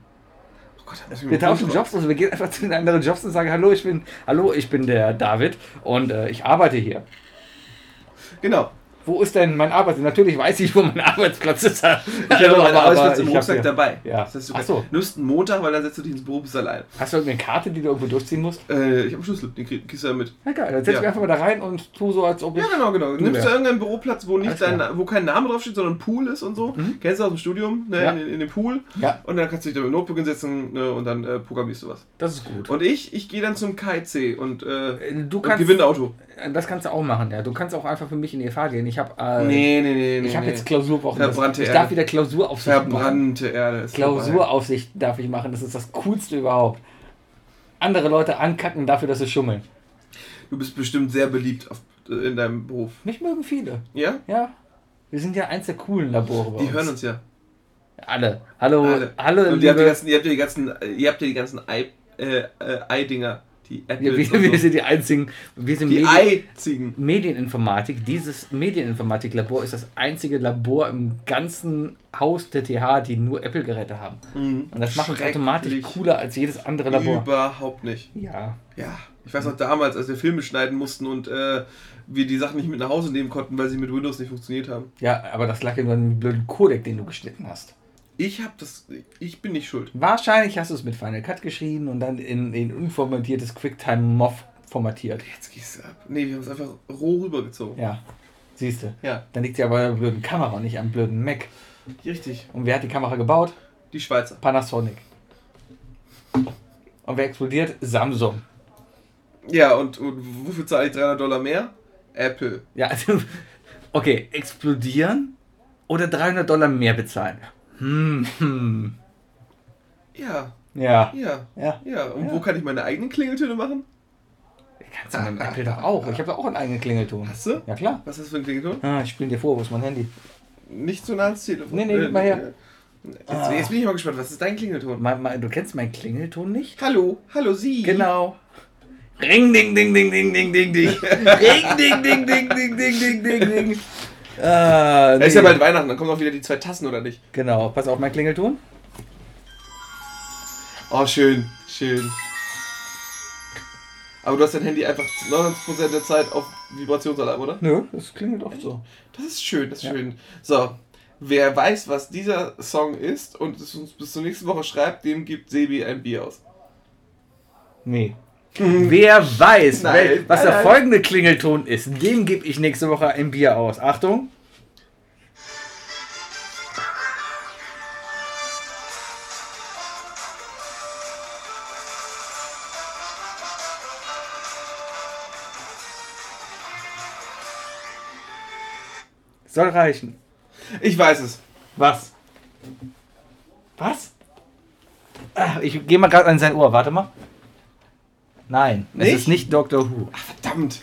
Oh Gott, das ist Wir tauschen Jobs, also wir gehen einfach zu den anderen Jobs und sagen, hallo, ich bin, hallo, ich bin der David und äh, ich arbeite hier. Genau. Wo ist denn mein Arbeitsplatz? Natürlich weiß ich, wo mein Arbeitsplatz ist. Ich Ich habe meinen Arbeitsplatz im Rucksack dabei. Ja. Das heißt, du Ach so. nimmst einen Montag, weil dann setzt du dich ins Büro bis allein. Hast du irgendeine Karte, die du irgendwo durchziehen musst? Äh, ich habe einen Schlüssel, den krieg- kriegst du ja mit. Na geil, dann setz Ja. mich einfach mal da rein und tu so, als ob ich. Ja, genau, genau. Du Nimmst du wärst. irgendeinen Büroplatz, wo, nicht Alles dein, klar. Mhm. wo kein Name draufsteht, sondern ein Pool ist und so. Kennst du aus dem Studium, ne, Ja. in, in dem Pool. Ja. Und dann kannst du dich da mit dem Notebook hinsetzen ne, und dann äh, programmierst du was. Das ist gut. Und ich, ich gehe dann zum KIC und, äh, Du und kannst, gewinne Auto. das kannst du auch machen, ja. Du kannst auch einfach für mich in die FH gehen. Ich habe äh, Nee, nee, nee, nee. ich hab nee. äh, jetzt Klausurwochen. Das- Verbrannte ich Erde. darf wieder Klausuraufsicht machen. Verbrannte Erde ist vorbei. Klausuraufsicht darf ich machen. Das ist das Coolste überhaupt. Andere Leute ankacken dafür, dass sie schummeln. Du bist bestimmt sehr beliebt auf, äh, in deinem Beruf. Mich mögen viele. Ja? Ja. Wir sind ja eins der coolen Labore. Bei Die hören uns ja. Alle. Hallo, Alle. alle. Und ihr habt, die liebe, ganzen, ihr habt ja die ganzen, äh, ihr habt ja die ganzen Ei, äh, äh, Ei-Dinger. Die wir, Apples wir, wir und so. sind die einzigen. Wir sind Die Medien- Eizigen. Medieninformatik, dieses Medieninformatik-Labor ist das einzige Labor im ganzen Haus der TH, die nur Apple-Geräte haben. Und das macht uns Schrecklich. automatisch cooler als jedes andere Labor. Überhaupt nicht. Ja. Ja. Ich weiß noch damals, als wir Filme schneiden mussten und äh, wir die Sachen nicht mit nach Hause nehmen konnten, weil sie mit Windows nicht funktioniert haben. ja, aber das lag ja nur an dem blöden Codec, den du geschnitten hast. Ich hab das. Ich bin nicht schuld. Wahrscheinlich hast du es mit Final Cut geschrieben und dann in, in unformatiertes QuickTime-MOV formatiert. Jetzt gehst du ab. Nee, wir haben es einfach roh rübergezogen. Ja, siehst du. Ja. Dann liegt ja aber an der blöden Kamera, nicht am blöden Mac. Richtig. Und wer hat die Kamera gebaut? Die Schweizer. Panasonic. Und wer explodiert? Samsung. Ja, und, und wofür zahle ich 300 Dollar mehr? Apple. Ja, also, okay, explodieren oder 300 Dollar mehr bezahlen? Hm, hm. Ja, Ja. ja, Ja. ja. Und Ja. wo kann ich meine eigenen Klingeltöne machen? Kannst du mit dem Apple doch auch. Ich habe doch auch einen eigenen Klingelton. Hast du? Ja, klar. Was ist das für ein Klingelton? Ah, ich spiele dir vor, wo ist mein Handy? Nicht so nah ans Telefon. Nee, nee, gib mal her. Ah. äh, Jetzt, jetzt bin ich mal gespannt. Was ist dein Klingelton? Mein, mein, du kennst meinen Klingelton nicht? Hallo, hallo Sie. Genau. Ring, ding, ding, ding, ding, ding, ding, ding. Ring, ding, ding, ding, ding, ding, ding, ding, ding. Ah, Es ist ja nee. bald Weihnachten, dann kommen auch wieder die zwei Tassen, oder nicht? Genau, pass auf, mein Klingelton. Oh, schön, schön. Aber du hast dein Handy einfach 99% der Zeit auf Vibrationsalarm, oder? Nö, das klingelt oft so. Das ist schön, das ist Ja. schön. So, wer weiß, was dieser Song ist und es uns bis zur nächsten Woche schreibt, dem gibt Sebi ein Bier aus. Nee. Wer weiß, Mhm. Nein, wel- was nein, der nein. folgende Klingelton ist, dem gebe ich nächste Woche ein Bier aus. Achtung. Soll reichen. Ich weiß es. Was? Was? Ah, Ich gehe mal gerade an sein Ohr, warte mal. Nein, Nicht? es ist nicht Doctor Who. Ah, Verdammt.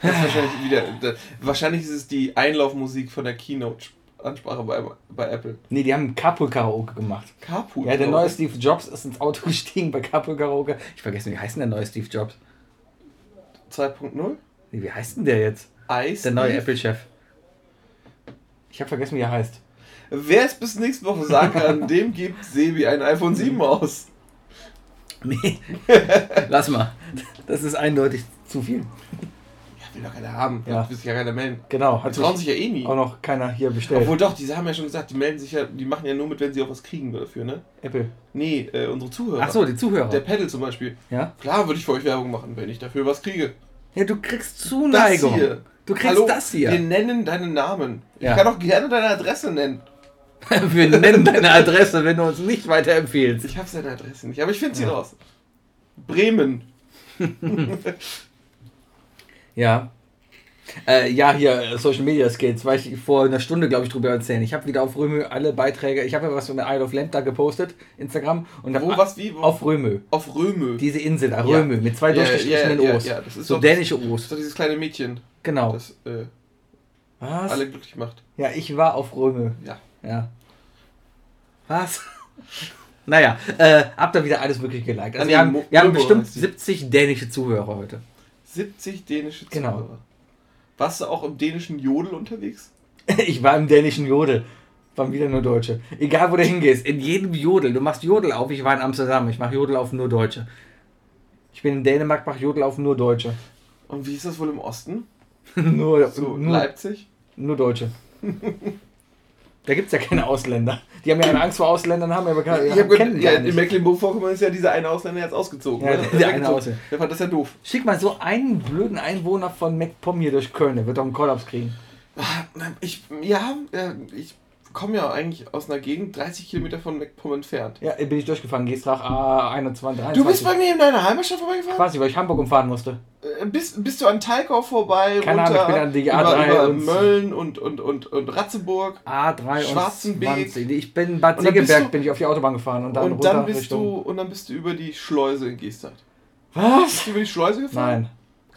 Das ist wahrscheinlich, wieder, da, wahrscheinlich ist es die Einlaufmusik von der Keynote-Ansprache bei, bei Apple. Nee, die haben Carpool Karaoke gemacht. Carpool. Ja, der glaub neue ich. Steve Jobs ist ins Auto gestiegen bei Carpool Karaoke. Ich vergesse, wie heißt denn der neue Steve Jobs? 2.0? Nee, wie heißt denn der jetzt? Eis. Der neue Apple-Chef. Ich habe vergessen, wie er heißt. Wer es bis nächste Woche sagen kann, dem gibt Sebi ein iPhone 7 aus. Nee. Lass mal. Das ist eindeutig zu viel. Ja, will doch keiner haben. Ja. Ja. Will sich ja keiner melden. Genau, Die hat trauen sich sich ja eh nie. auch noch keiner hier bestellt. Obwohl doch, die haben ja schon gesagt, die melden sich ja, die machen ja nur mit, wenn sie auch was kriegen dafür, ne? Apple. Nee, äh, unsere Zuhörer. Ach so, die Zuhörer. Der Pedal zum Beispiel. ja? Klar würde ich für euch Werbung machen, wenn ich dafür was kriege. Ja, du kriegst Zuneigung. Das hier. Du kriegst Hallo, das hier. Wir nennen deinen Namen. Ich Ja. kann auch gerne deine Adresse nennen. Wir nennen deine Adresse, wenn du uns nicht weiterempfehlst. Ich habe seine Adresse nicht, aber ich finde sie Ja. raus. Bremen. Ja. Äh, ja, hier, äh, Social Media Skills, weil ich vor einer Stunde, glaube ich, drüber erzählen. Ich habe wieder auf Römö alle Beiträge, ich habe ja was von der Isle of Lamp da gepostet, Instagram. Und hab Wo, was, wie? Wo? ah, Auf Römö. auf Röme. Diese Insel da, Römö, mit zwei Ja, durchgestrichenen ja, ja, O's. ja, das ist so doch- dänische Das O's. ist doch dieses kleine Mädchen, Genau. das äh, Was? alle glücklich macht. Ja, ich war auf Römö. Ja. Ja. Was? Naja, äh, habt ihr wieder alles wirklich geliked. Also wir An die haben, Mo- wir haben Mo- bestimmt heißt die. 70 dänische Zuhörer heute. 70 dänische Zuhörer. Genau. Warst du auch im dänischen Jodel unterwegs? Ich war im dänischen Jodel. Waren wieder nur Deutsche. Egal, wo du hingehst, in jedem Jodel. Du machst Jodel auf. Ich war in Amsterdam. Ich mache Jodel auf nur Deutsche. Ich bin in Dänemark, mache Jodel auf nur Deutsche. Und wie ist das wohl im Osten? nur, So, nur, Leipzig? nur Deutsche. da gibt es ja keine Ausländer. Die haben ja eine Angst vor Ausländern, haben ja aber keine. Ich kennen hab gehört, die ja, ja in nicht. Mecklenburg-Vorpommern ist ja dieser eine Ausländer jetzt ausgezogen. Ja, ne? der eine Weggezogen. Ausländer. Der fand das ja doof. Schick mal so einen blöden Einwohner von MacPom hier durch Köln, der wird doch einen Kollaps kriegen. Ich, ja, ja, ich komme ja eigentlich aus einer Gegend 30 Kilometer von Mecklenburg entfernt. Ja, bin ich durchgefahren, gehst nach A21. Du bist bei mir in deiner Heimatstadt vorbeigefahren? Quasi, weil ich Hamburg umfahren musste. Äh, Bist, bist du an Talkau vorbei? Keine Ahnung, ich bin an die A3 über, über und- Mölln und, und, und, und Ratzeburg. Schwarzenbeek. A23. Ich bin in Bad Und dann bist Segeberg, du- bin ich auf die Autobahn gefahren und dann und runter dann bist Richtung. du und dann bist du über die Schleuse in Gestadt. Was? Bist du über die Schleuse gefahren? Nein,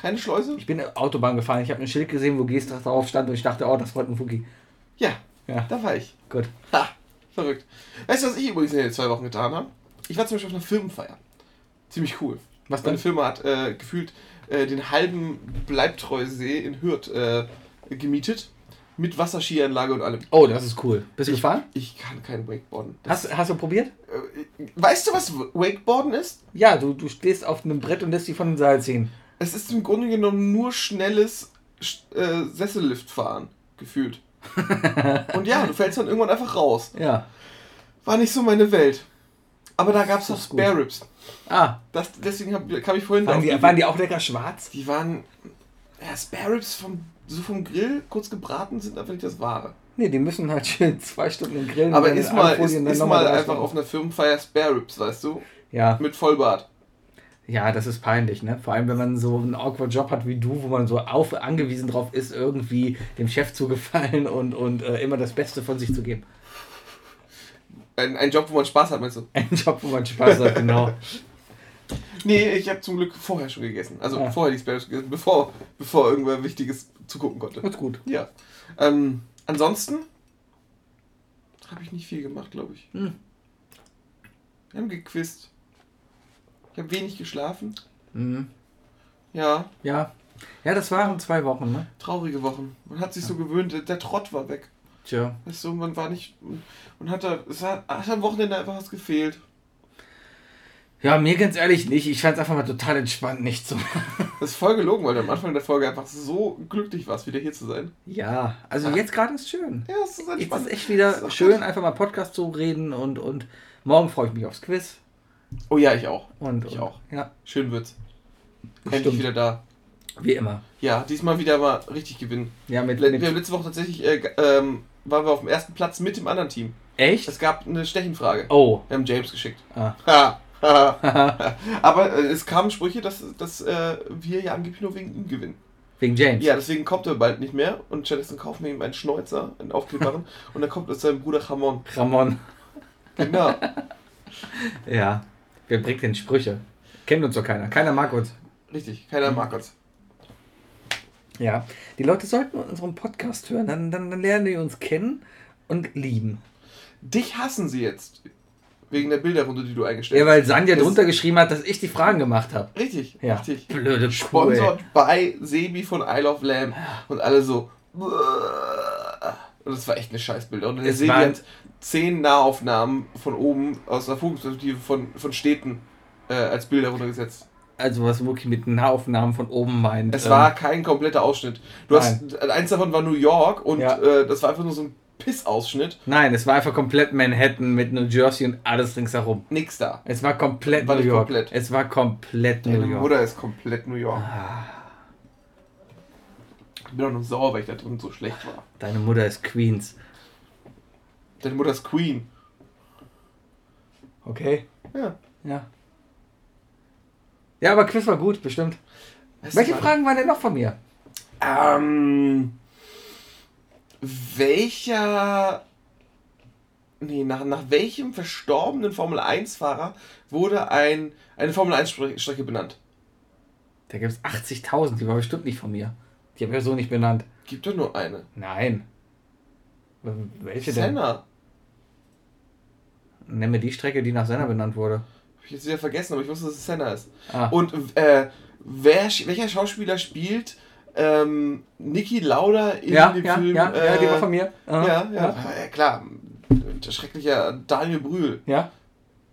Keine Schleuse? ich bin Autobahn gefahren. Ich habe ein Schild gesehen, wo Gestrach drauf stand und ich dachte, oh, das wird ein Fuki. Ja, Ja, da war ich. gut. Ha, verrückt. Weißt du, was ich übrigens in den zwei Wochen getan habe? Ich war zum Beispiel auf einer Firmenfeier. Ziemlich cool. Was Meine denn? Firma hat äh, gefühlt äh, den halben Bleibtreusee in Hürth äh, gemietet. Mit Wasserskianlage und allem. Oh, das ist cool. Bist du gefahren? Ich kann kein Wakeboarden. Hast, hast du probiert? Äh, weißt du, was Wakeboarden ist? Ja, du, du stehst auf einem Brett und lässt dich von dem Seil ziehen. Es ist im Grunde genommen nur schnelles Sch- äh, Sesselliftfahren. Gefühlt. und ja, du fällst dann irgendwann einfach raus. Ja. War nicht so meine Welt. Aber da gab es Das auch ist gut. Spare Ribs. Ah, Das, deswegen hab, kam ich vorhin waren drauf. die, waren die auch lecker schwarz? die waren ja, Spare Ribs vom, so vom Grill kurz gebraten sind einfach nicht das Wahre. Nee, die müssen halt schön zwei Stunden im Grillen. Aber dann ist mal, ist, Alufolien, dann ist nochmal mal drei einfach Stunden. auf einer Firmenfeier Spare Ribs, weißt du? Ja. Mit Vollbart. Ja, das ist peinlich, ne? Vor allem, wenn man so einen awkward Job hat wie du, wo man so auf, angewiesen drauf ist, irgendwie dem Chef zu gefallen und, und äh, immer das Beste von sich zu geben. Ein, ein Job, wo man Spaß hat, meinst du? Ein Job, wo man Spaß hat, genau. Nee, ich habe zum Glück vorher schon gegessen. Also Ja. vorher die Spare Ribs gegessen, bevor, bevor irgendwer Wichtiges zugucken konnte. Wird gut. Ja. Ähm, ansonsten habe ich nicht viel gemacht, glaube ich. Hm. Wir haben gequist. Ich habe wenig geschlafen. Mhm. Ja, Ja. Ja, das waren zwei Wochen, ne? traurige Wochen. Man hat sich so gewöhnt, der- der Trott war weg. Tja. Weißt du, man war nicht. Man hat da. Es hat, hat am Wochenende einfach was gefehlt. Ja, mir ganz ehrlich nicht. Ich fand es einfach mal total entspannt, nicht zu machen. Das ist voll gelogen, weil du am Anfang der Folge einfach so glücklich warst, wieder hier zu sein. Ja, also jetzt gerade ist schön. Ja, es ist Jetzt ist entspannt. echt Das ist wieder auch schön, gut. einfach mal Podcast zu reden und, und morgen freue ich mich aufs Quiz. Oh ja, ich auch. Und, Ich und, auch. Ja, Schön wird's. Stimmt. Endlich wieder da. wie immer. Ja, diesmal wieder mal richtig gewinnen. Ja, mit, Le- Wir mit haben letzte Woche tatsächlich, äh, g- ähm, waren wir auf dem ersten Platz mit dem anderen Team. Echt? Es gab eine Stechenfrage. Oh. Wir haben James geschickt. Ah. Ha. ha. Aber äh, es kamen Sprüche, dass, dass äh, wir ja angeblich nur wegen ihm gewinnen. Wegen James. Ja, deswegen kommt er bald nicht mehr und stattdessen kaufen wir ihm einen Schnäuzer, einen aufklebbaren und dann kommt es seinem Bruder Ramon. Ramon. Genau. Ja. Wer bringt denn Sprüche? Kennt uns doch keiner. Keiner mag uns. Richtig, keiner Mhm. mag uns. Ja. Die Leute sollten unseren Podcast hören. Dann, dann, dann lernen die uns kennen und lieben. Dich hassen sie jetzt. Wegen der Bilderrunde, die du eingestellt Ja, hast. weil Sanja Das- drunter geschrieben hat, dass ich die Fragen gemacht habe. Richtig, Ja. richtig. Blöde Kuh, ey. Sponsored by Sebi von Isle of Lamb. Und alle so. "Bäh." Und das war echt eine Scheißbilder. Und der Es Sebi waren- hat zehn Nahaufnahmen von oben aus einer Vogelperspektive von, von Städten äh, als Bilder runtergesetzt. Also was Wookie mit Nahaufnahmen von oben meint. Es ähm, war kein kompletter Ausschnitt. Du hast, äh, eins davon war New York und Ja. äh, das war einfach nur so ein Pissausschnitt. Nein, es war einfach komplett Manhattan mit New Jersey und alles ringsherum. Nix da. Es war komplett War New nicht York. komplett. Es war komplett New Deine York. Ah. Mutter ist komplett New York. Ich bin auch noch sauer, weil ich da drin so schlecht war. Deine Mutter ist Queens. Deine Mutter ist Queen. Okay. Ja. Ja. Ja, aber Quiz war gut, bestimmt. Welche Fragen waren denn noch von mir? Ähm, welcher. Nee, nach, nach welchem verstorbenen Formel 1-Fahrer wurde ein, eine Formel 1-Strecke benannt? Da gibt es 80.000, die war bestimmt nicht von mir. Die habe ich ja so nicht benannt. Gibt doch nur eine. Nein. Ähm, Welche denn? Senna. Nenn mir die Strecke, die nach Senna benannt wurde. Hab ich jetzt wieder vergessen, aber ich wusste, dass es Senna ist. Ah, Und äh, wer, sch- welcher Schauspieler spielt ähm, Niki Lauda in ja, dem ja, Film? ja, ja, die war von mir. mir. Aha, Ja, Ah, ja, ja, klar. Der schreckliche Daniel Brühl. Ja.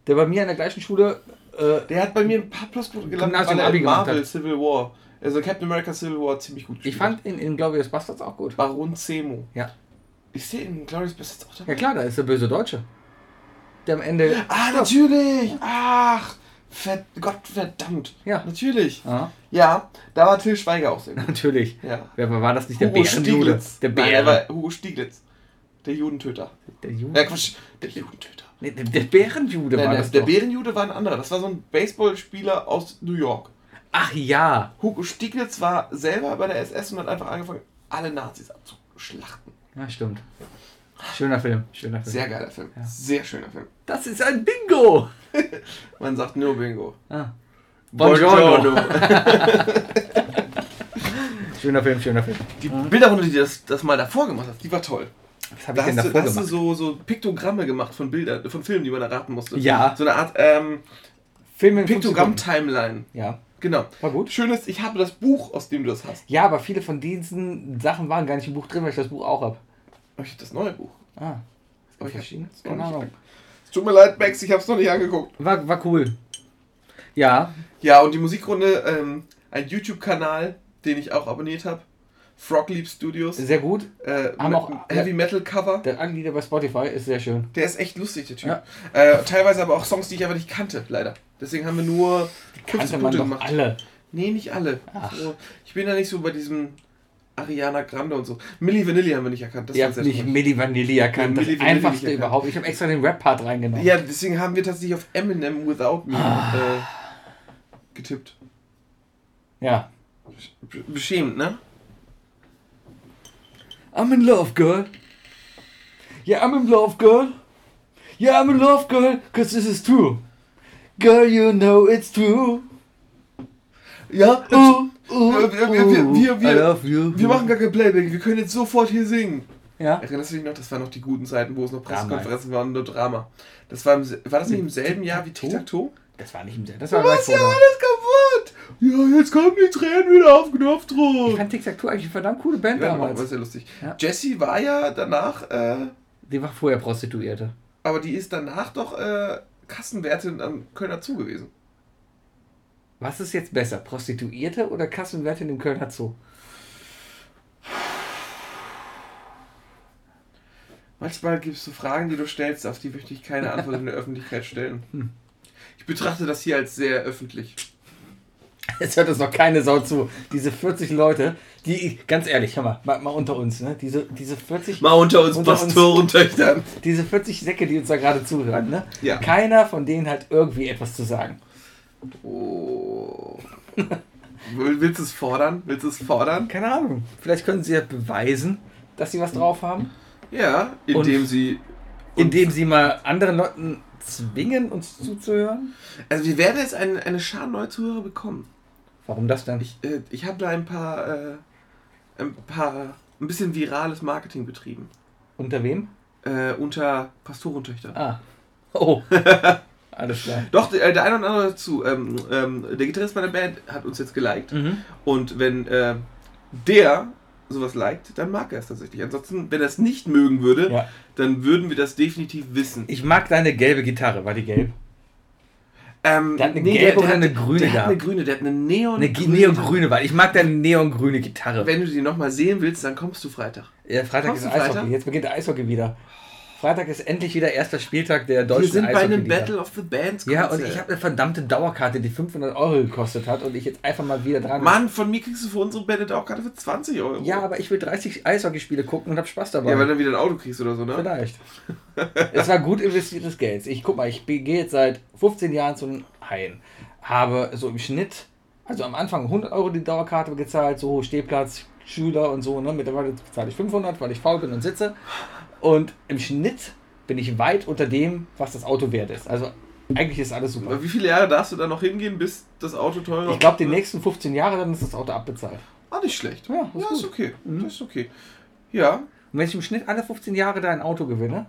Der bei mir an der gleichen Schule. Äh, Der hat bei mir ein paar Pluspunkte gelandet, Gymnasium weil er Abi in gemacht Marvel hat. Civil War, also Captain America Civil War ziemlich gut ich gespielt hat. fand ihn in Glorious Bastards auch gut. Baron Zemo. Ja. Ich sehe ihn, Glorious Bastards auch dabei. Ja klar, da ist der böse Deutsche. Der am Ende. Ah, natürlich! Ach! Ver Gott verdammt! Ja. Natürlich! Ah, Ja, da war Till Schweiger auch sehr gut. natürlich. Ja. Wer war war das nicht? Der Bärenjude. Der Nein, er Bären. war Hugo Stieglitz. Der Judentöter. der, Ja, Jude. Quatsch. Der Judentöter. Nee, der, der Bärenjude Nein, war der, das der doch. Bärenjude war ein anderer. Das war so ein Baseballspieler aus New York. Ach ja. Hugo Stieglitz war selber bei der SS und hat einfach angefangen, alle Nazis abzuschlachten. Ja, stimmt. Schöner Film. Schöner Film. Sehr geiler Film. Sehr schöner Film. das ist ein Bingo. Man sagt nur Bingo. Ah. Buongiorno. Schöner Film, schöner Film. Die Bilderrunde, die das, das mal davor gemacht hat, die war toll. Was habe ich Da denn hast, du, davor da hast du gemacht? so, so Piktogramme gemacht von Bildern, von Filmen, die man erraten musste. Ja. So eine Art ähm, Film in fünf Sekunden. Piktogramm-Timeline. Ja, Genau. war gut. Schön ist, ich habe das Buch, aus dem du das hast. Ja, aber viele von diesen Sachen waren gar nicht im Buch drin, weil ich das Buch auch habe. Aber ich habe das neue Buch. Ah. Aber ich verschiedene? hab's noch Keine nicht Ahnung. Es tut mir leid, Max, ich habe es noch nicht angeguckt. War, war cool. Ja, Ja, und die Musikrunde, ähm, ein YouTube-Kanal, den ich auch abonniert habe. Frog Leap Studios. sehr gut. Äh, Haben mit auch- einem Heavy Metal Cover. Der Anlieder bei Spotify ist sehr schön. Der ist echt lustig, der Typ. Ja. Äh, teilweise aber auch Songs, die ich einfach nicht kannte, leider. Deswegen haben wir nur 15 Kannte man Punkte doch gemacht. alle. Nee, nicht alle. Ach. So, ich bin da nicht so bei diesem Ariana Grande und so. Milli Vanilli haben wir nicht erkannt. Das Ihr war habt sehr nicht traurig. Milli Vanilli erkannt. Ja, das Milli Vanilli nicht einfachste erkannt. überhaupt. Ich habe extra den Rap-Part reingenommen. ja, deswegen haben wir tatsächlich auf Eminem Without Me äh, getippt. ja. B- Beschämend, ne? I'm in love, girl. Yeah, I'm in love, girl. Yeah, I'm in love, girl. Cause this is true. Girl, you know it's true. Ja, Ooh, ooh, Wir- wir- wir- wir- wir- I love you. wir machen gar kein Playback. Wir können jetzt sofort hier singen. Ja. Erinnerst du dich noch, das waren noch die guten Zeiten, wo es noch Damals. Pressekonferenzen waren und nur Drama. Das war, im, se- war das nicht im selben Jahr wie Tic Tac Toe? Das war nicht im Sinn. Das war gleich vorher. alles kaputt! ja, jetzt kommen die Tränen wieder auf Ich Knopfdruck. fand Tic Tac Toe eigentlich eine verdammt coole Band Ja, aber damals. ist ja lustig. Ja. Jessie war ja danach, äh, Die war vorher Prostituierte. aber die ist danach doch äh, Kassenwärtin am Kölner Zoo gewesen. Was ist jetzt besser? Prostituierte oder Kassenwärtin im Kölner Zoo? Manchmal gibt es so Fragen, die du stellst, auf die möchte ich keine Antwort in der Öffentlichkeit stellen. Hm. Ich betrachte das hier als sehr öffentlich. Jetzt hört es noch keine Sau zu. Diese 40 Leute, die, ganz ehrlich, hör mal, mal, mal unter uns, ne? Diese, diese 40, Mal unter uns Unter uns. Pastorentöchtern. diese 40 Säcke, die uns da gerade zuhören, ne? Ja. Keiner von denen hat irgendwie etwas zu sagen. Oh. Will- Willst du es fordern? Willst du es fordern? Keine Ahnung. Vielleicht können sie ja beweisen, dass sie was drauf haben, Ja, indem sie. indem sie mal anderen Leuten zwingen, uns zuzuhören. Also, wir werden jetzt eine, eine Schar neuer Zuhörer bekommen. Warum das dann? Ich, äh, ich habe da ein paar. Äh, ein paar. ein bisschen virales Marketing betrieben. Unter wem? Äh, unter Pastorentöchtern. Ah. Oh. Alles klar. Doch, äh, der, der eine oder andere dazu. Ähm, ähm, der Gitarrist meiner Band hat uns jetzt geliked. Mhm. Und wenn äh, der sowas liked, dann mag er es tatsächlich. Ansonsten, wenn er es nicht mögen würde, Ja. dann würden wir das definitiv wissen. Ich mag deine gelbe Gitarre. War die gelb? Ähm, Der hat eine gelbe oder eine grüne Der hat eine gehabt. grüne, der hat eine neon Eine Gi- neongrüne war. Ich mag deine neongrüne Gitarre. Wenn du die nochmal sehen willst, dann kommst du Freitag. Ja, Freitag Kommst ist du Eishockey. Freitag? Jetzt beginnt Eishockey wieder. Freitag ist endlich wieder erster Spieltag der deutschen Wir sind bei einem Eishockey-Liga. Battle of the Bands Ja, und Konzert. ich habe eine verdammte Dauerkarte, die 500 Euro gekostet hat und ich jetzt einfach mal wieder dran Mann, von mir kriegst du für unsere Band auch gerade für 20 Euro. Ja, aber ich will 30 Eishockeyspiele gucken und hab Spaß dabei. Ja, weil du wieder ein Auto kriegst oder so, ne? Vielleicht. es war gut investiertes Geld. Ich guck mal, ich be- gehe jetzt seit 15 Jahren zu den Haien. Habe so im Schnitt, also am Anfang 100 Euro die Dauerkarte gezahlt, so Stehplatz, Schüler und so. Ne? Mittlerweile zahle ich 500, weil ich faul bin und sitze. Und im Schnitt bin ich weit unter dem, was das Auto wert ist. Also eigentlich ist alles super. Aber wie viele Jahre darfst du da noch hingehen, bis das Auto teurer Ich glaube, die wird? nächsten 15 Jahre, dann ist das Auto abbezahlt. Ah, nicht schlecht. Ja, ist gut. Mhm. ist, okay. Das ist okay. Ja. Und wenn ich im Schnitt alle 15 Jahre da ein Auto gewinne,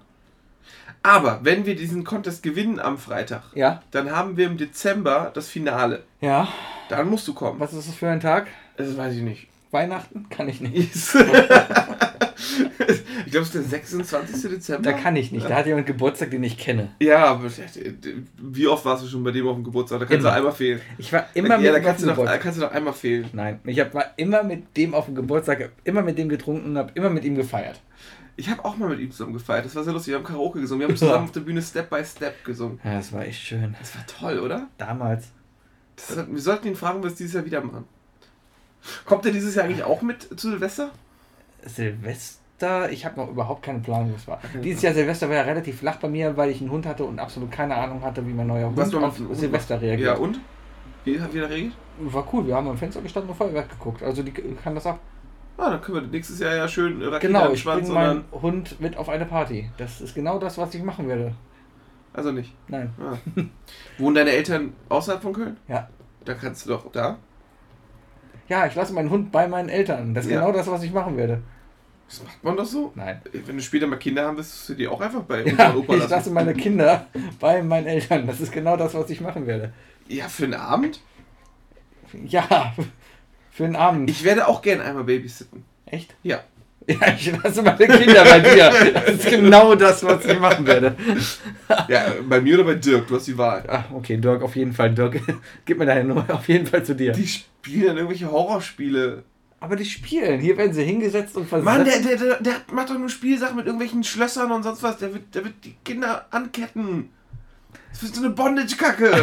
Aber wenn wir diesen Contest gewinnen am Freitag, ja, dann haben wir im Dezember das Finale. ja, Dann musst du kommen. was ist das für ein Tag? Das weiß ich nicht. Weihnachten kann ich nicht. ich glaube, es ist der 26. Dezember. Da kann ich nicht. Da hat jemand Geburtstag, den ich kenne. ja, aber wie oft warst du schon bei dem auf dem Geburtstag? Da kannst Immer. du einmal fehlen. Ich war immer ja, da mit dem auf kannst dem du, doch, da Geburtstag. kannst du doch einmal fehlen. Nein, ich hab, war immer mit dem auf dem Geburtstag, hab immer mit dem getrunken und habe immer mit ihm gefeiert. Ich habe auch mal mit ihm zusammen gefeiert. Das war sehr lustig. Wir haben Karaoke gesungen. Wir Ja. haben zusammen auf der Bühne Step by Step gesungen. Ja, das war echt schön. Das war toll, oder? Damals. Das hat, wir sollten ihn fragen, was wir dieses Jahr wieder machen. Kommt er dieses Jahr eigentlich auch mit zu Silvester? Silvester, ich habe noch überhaupt keinen Plan, wo es war. Dieses Jahr Silvester war ja relativ flach bei mir, weil ich einen Hund hatte und absolut keine Ahnung hatte, wie mein neuer Hund Was man auf mit Hund Silvester Ja, reagiert. und? Wie hat wieder regelt? War cool, wir haben am Fenster gestanden und Feuerwerk geguckt. Also die kann das ab. Ah, dann können wir nächstes Jahr ja schön äh, Rakete Genau, am ich bringe Schwanz und dann. meinen Hund mit auf eine Party. Das ist genau das, was ich machen werde. Also nicht. Nein. Ah. Wohnen deine Eltern außerhalb von Köln? Ja. Da kannst du doch da. Ja, ich lasse meinen Hund bei meinen Eltern. Das ist Ja. genau das, was ich machen werde. Das macht man doch so. Nein. Wenn du später mal Kinder haben wirst, wirst du die auch einfach bei Oma Ja, und Opa ich lasse lassen. meine Kinder bei meinen Eltern. Das ist genau das, was ich machen werde. Ja, für einen Abend? Ja, für den Abend. Ich werde auch gern einmal babysitten. Echt? Ja. Ja, ich lasse meine Kinder bei dir. Das ist genau das, was ich machen werde. Ja, bei mir oder bei Dirk, du hast die Wahl. Ah, okay, Dirk, auf jeden Fall. Dirk, gib mir deine Nummer auf jeden Fall zu dir. Die spielen dann irgendwelche Horrorspiele. Aber die spielen. Hier werden sie hingesetzt und versetzt. Mann, der, der, der, der macht doch nur Spielsachen mit irgendwelchen Schlössern und sonst was. Der wird, der wird die Kinder anketten. Das wird so eine Bondage-Kacke.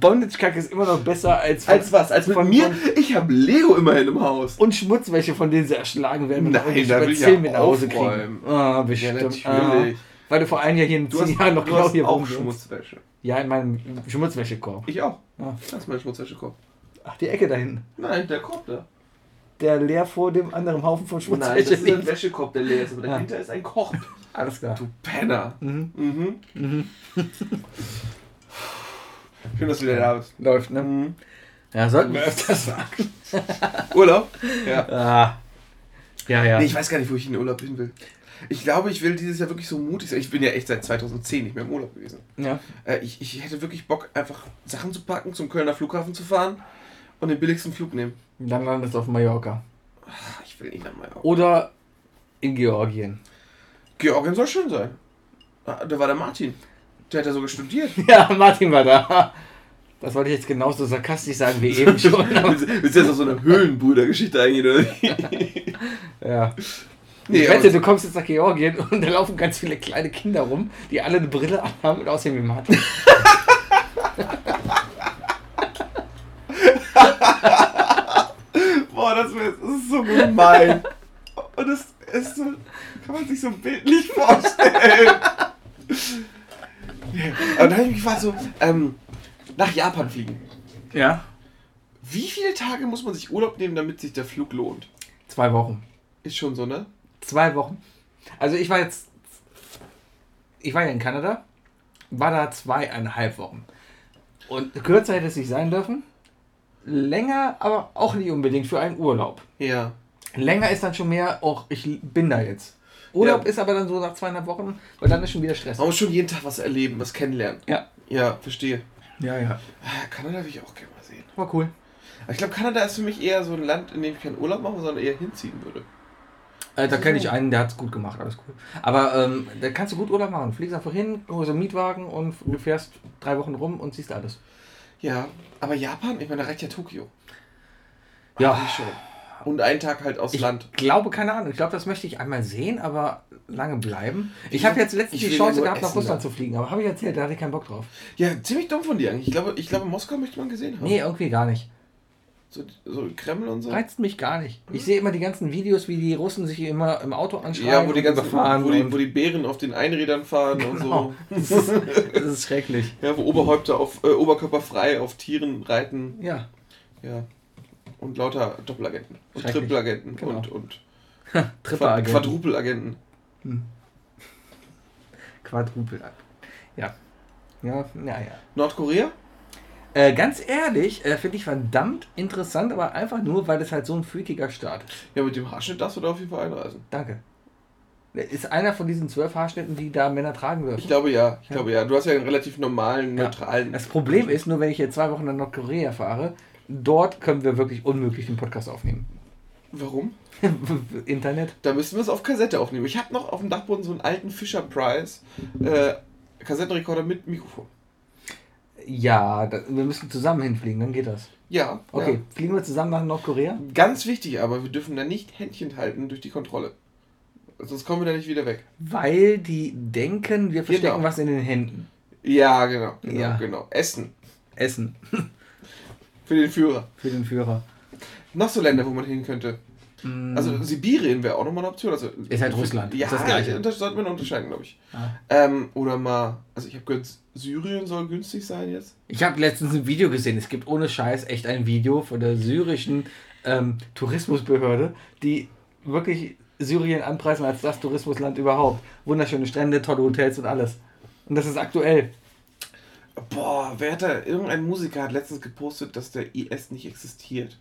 Bondage-Kack ist immer noch besser als, von- Als was? Als mit von mir? von- Ich habe Lego immerhin im Haus. und Schmutzwäsche, von denen sie erschlagen werden. und Nein, irgendwie da will ich Spazieren ja mit nach Hause aufräumen. kriegen. Ah, bestimmt. Ja, natürlich. Ah, weil du vor einem Jahr hier in Du zehn hast, Jahren noch du genau hast hier auch rumsitzt. Schmutzwäsche. Ja, in meinem Schmutzwäschekorb. Ich auch. Ah. Das ist mein Schmutzwäschekorb. Ach, die Ecke dahin. Nein, der Korb da. Der leer vor dem anderen Haufen von Nein, das Schmutzwäsche ist ein liegt. Wäschekorb, der leer ist, aber Ja. dahinter ist ein Korb. Alles klar. Du Penner. Mhm. Mhm. Schön, dass du wieder da bist. Läuft, ne? Mhm. Ja, sollten wir öfters sagen. Urlaub? Ja. Ah. Ja, ja. Nee, ich weiß gar nicht, wo ich in den Urlaub hin will. Ich glaube, ich will dieses Jahr wirklich so mutig sein. Ich bin ja echt seit 2010 nicht mehr im Urlaub gewesen. ja. Äh, ich, ich hätte wirklich Bock, einfach Sachen zu packen, zum Kölner Flughafen zu fahren und den billigsten Flug nehmen. Dann landest du auf Mallorca. Ach, ich will nicht nach Mallorca. Oder in Georgien. Georgien soll schön sein. Ah, Da war der Martin. Der hat ja sogar studiert. Ja, Martin war da. Das wollte ich jetzt genauso sarkastisch sagen wie eben schon. aber- Willst willst du jetzt auf so eine Höhlenbrüdergeschichte eingehen, oder? wie? ja. nee, ich wette, aber, du kommst jetzt nach Georgien und da laufen ganz viele kleine Kinder rum, die alle eine Brille anhaben und aussehen wie Martin. boah, das, wär, das ist so gemein. Und das ist so, kann man sich so bildlich vorstellen. Aber dann habe ich mich gefragt, so, ähm, nach Japan fliegen. Ja. Wie viele Tage muss man sich Urlaub nehmen, damit sich der Flug lohnt? Zwei Wochen. Ist schon so, ne? Zwei Wochen. Also ich war jetzt. Ich war ja in Kanada, war da zweieinhalb Wochen. Und kürzer hätte es nicht sein dürfen. Länger, aber auch nicht unbedingt für einen Urlaub. Ja. Länger ist dann schon mehr, auch ich bin da jetzt. Urlaub Ja. ist aber dann so nach zweieinhalb Wochen, weil dann ist schon wieder Stress. Man muss schon jeden Tag was erleben, was kennenlernen. Ja. Ja, verstehe. Ja, ja. Ah, Kanada will ich auch gerne mal sehen. War cool. Aber Ich glaube, Kanada ist für mich eher so ein Land, in dem ich keinen Urlaub mache, sondern eher hinziehen würde. Äh, da kenne ich einen, der hat es gut gemacht, alles cool. Aber ähm, da kannst du gut Urlaub machen. Fliegst einfach hin, holst einen Mietwagen und du fährst drei Wochen rum und siehst alles. Ja, aber Japan, ich meine, da reicht ja Tokio. Ja. Eigentlich schon. Und einen Tag halt aufs Ich Land. glaube, keine Ahnung. Ich glaube, das möchte ich einmal sehen, aber lange bleiben. Ich Ja, habe jetzt letztens ich die will ja Chance nur gehabt, nach essen Russland da. zu fliegen, aber habe ich erzählt, da hatte ich keinen Bock drauf. Ja, ziemlich dumm von dir eigentlich. Ich glaube, ich glaube Moskau möchte man gesehen haben. Nee, irgendwie gar nicht. So, so Kreml und so. Reizt mich gar nicht. Ich sehe immer die ganzen Videos, wie die Russen sich immer im Auto anschreien Ja, wo die und ganzen, überfahren wo die, und- wo die Bären auf den Einrädern fahren und so. Genau. Das ist, das ist schrecklich. Ja, wo Oberhäupter auf, äh, oberkörperfrei auf Tieren reiten. Ja. Ja. Und lauter Doppelagenten. Und Schrecklich. Trippelagenten. Genau. Und, und Qua- Triple Quadrupelagenten. Quadrupel. Ja. Ja, naja. Nordkorea? Äh, ganz ehrlich, äh, finde ich verdammt interessant, aber einfach nur, weil es halt so ein fütiger Staat ist. Ja, mit dem Haarschnitt darfst du da auf jeden Fall einreisen. Danke. Ist einer von diesen zwölf Haarschnitten, die da Männer tragen Ich dürfen. glaube ja. Ich Ja. glaube ja. Du hast ja einen relativ normalen, Ja. neutralen. Das Problem ist, nur wenn ich jetzt zwei Wochen nach Nordkorea fahre, dort können wir wirklich unmöglich den Podcast aufnehmen. Warum? Internet? Da müssen wir es auf Kassette aufnehmen. Ich habe noch auf dem Dachboden so einen alten Fisher Price äh, Kassettenrekorder mit Mikrofon. Ja, da, wir müssen zusammen hinfliegen, dann geht das. Ja. Okay, fliegen wir zusammen nach Nordkorea? Ja. Ganz wichtig, aber wir dürfen da nicht Händchen halten durch die Kontrolle. Sonst kommen wir da nicht wieder weg. Weil die denken, wir verstecken Genau. was in den Händen. Ja, genau. genau, Ja. genau. Essen. Essen Für den Führer. für den Führer. Noch so Länder, wo man hin könnte. Also Sibirien wäre auch nochmal eine Option. Also, Mm. Ist halt Russland, Ja, ist das Gleiche. das sollte man unterscheiden, glaube ich. Ah. Ähm, oder mal, also ich habe gehört, Syrien soll günstig sein jetzt. Ich habe letztens ein Video gesehen. Es gibt ohne Scheiß echt ein Video von der syrischen ähm, Tourismusbehörde, die wirklich Syrien anpreisen als das Tourismusland überhaupt. Wunderschöne Strände, tolle Hotels und alles. Und das ist aktuell. Boah, wer hat da, irgendein Musiker hat letztens gepostet, dass der IS nicht existiert.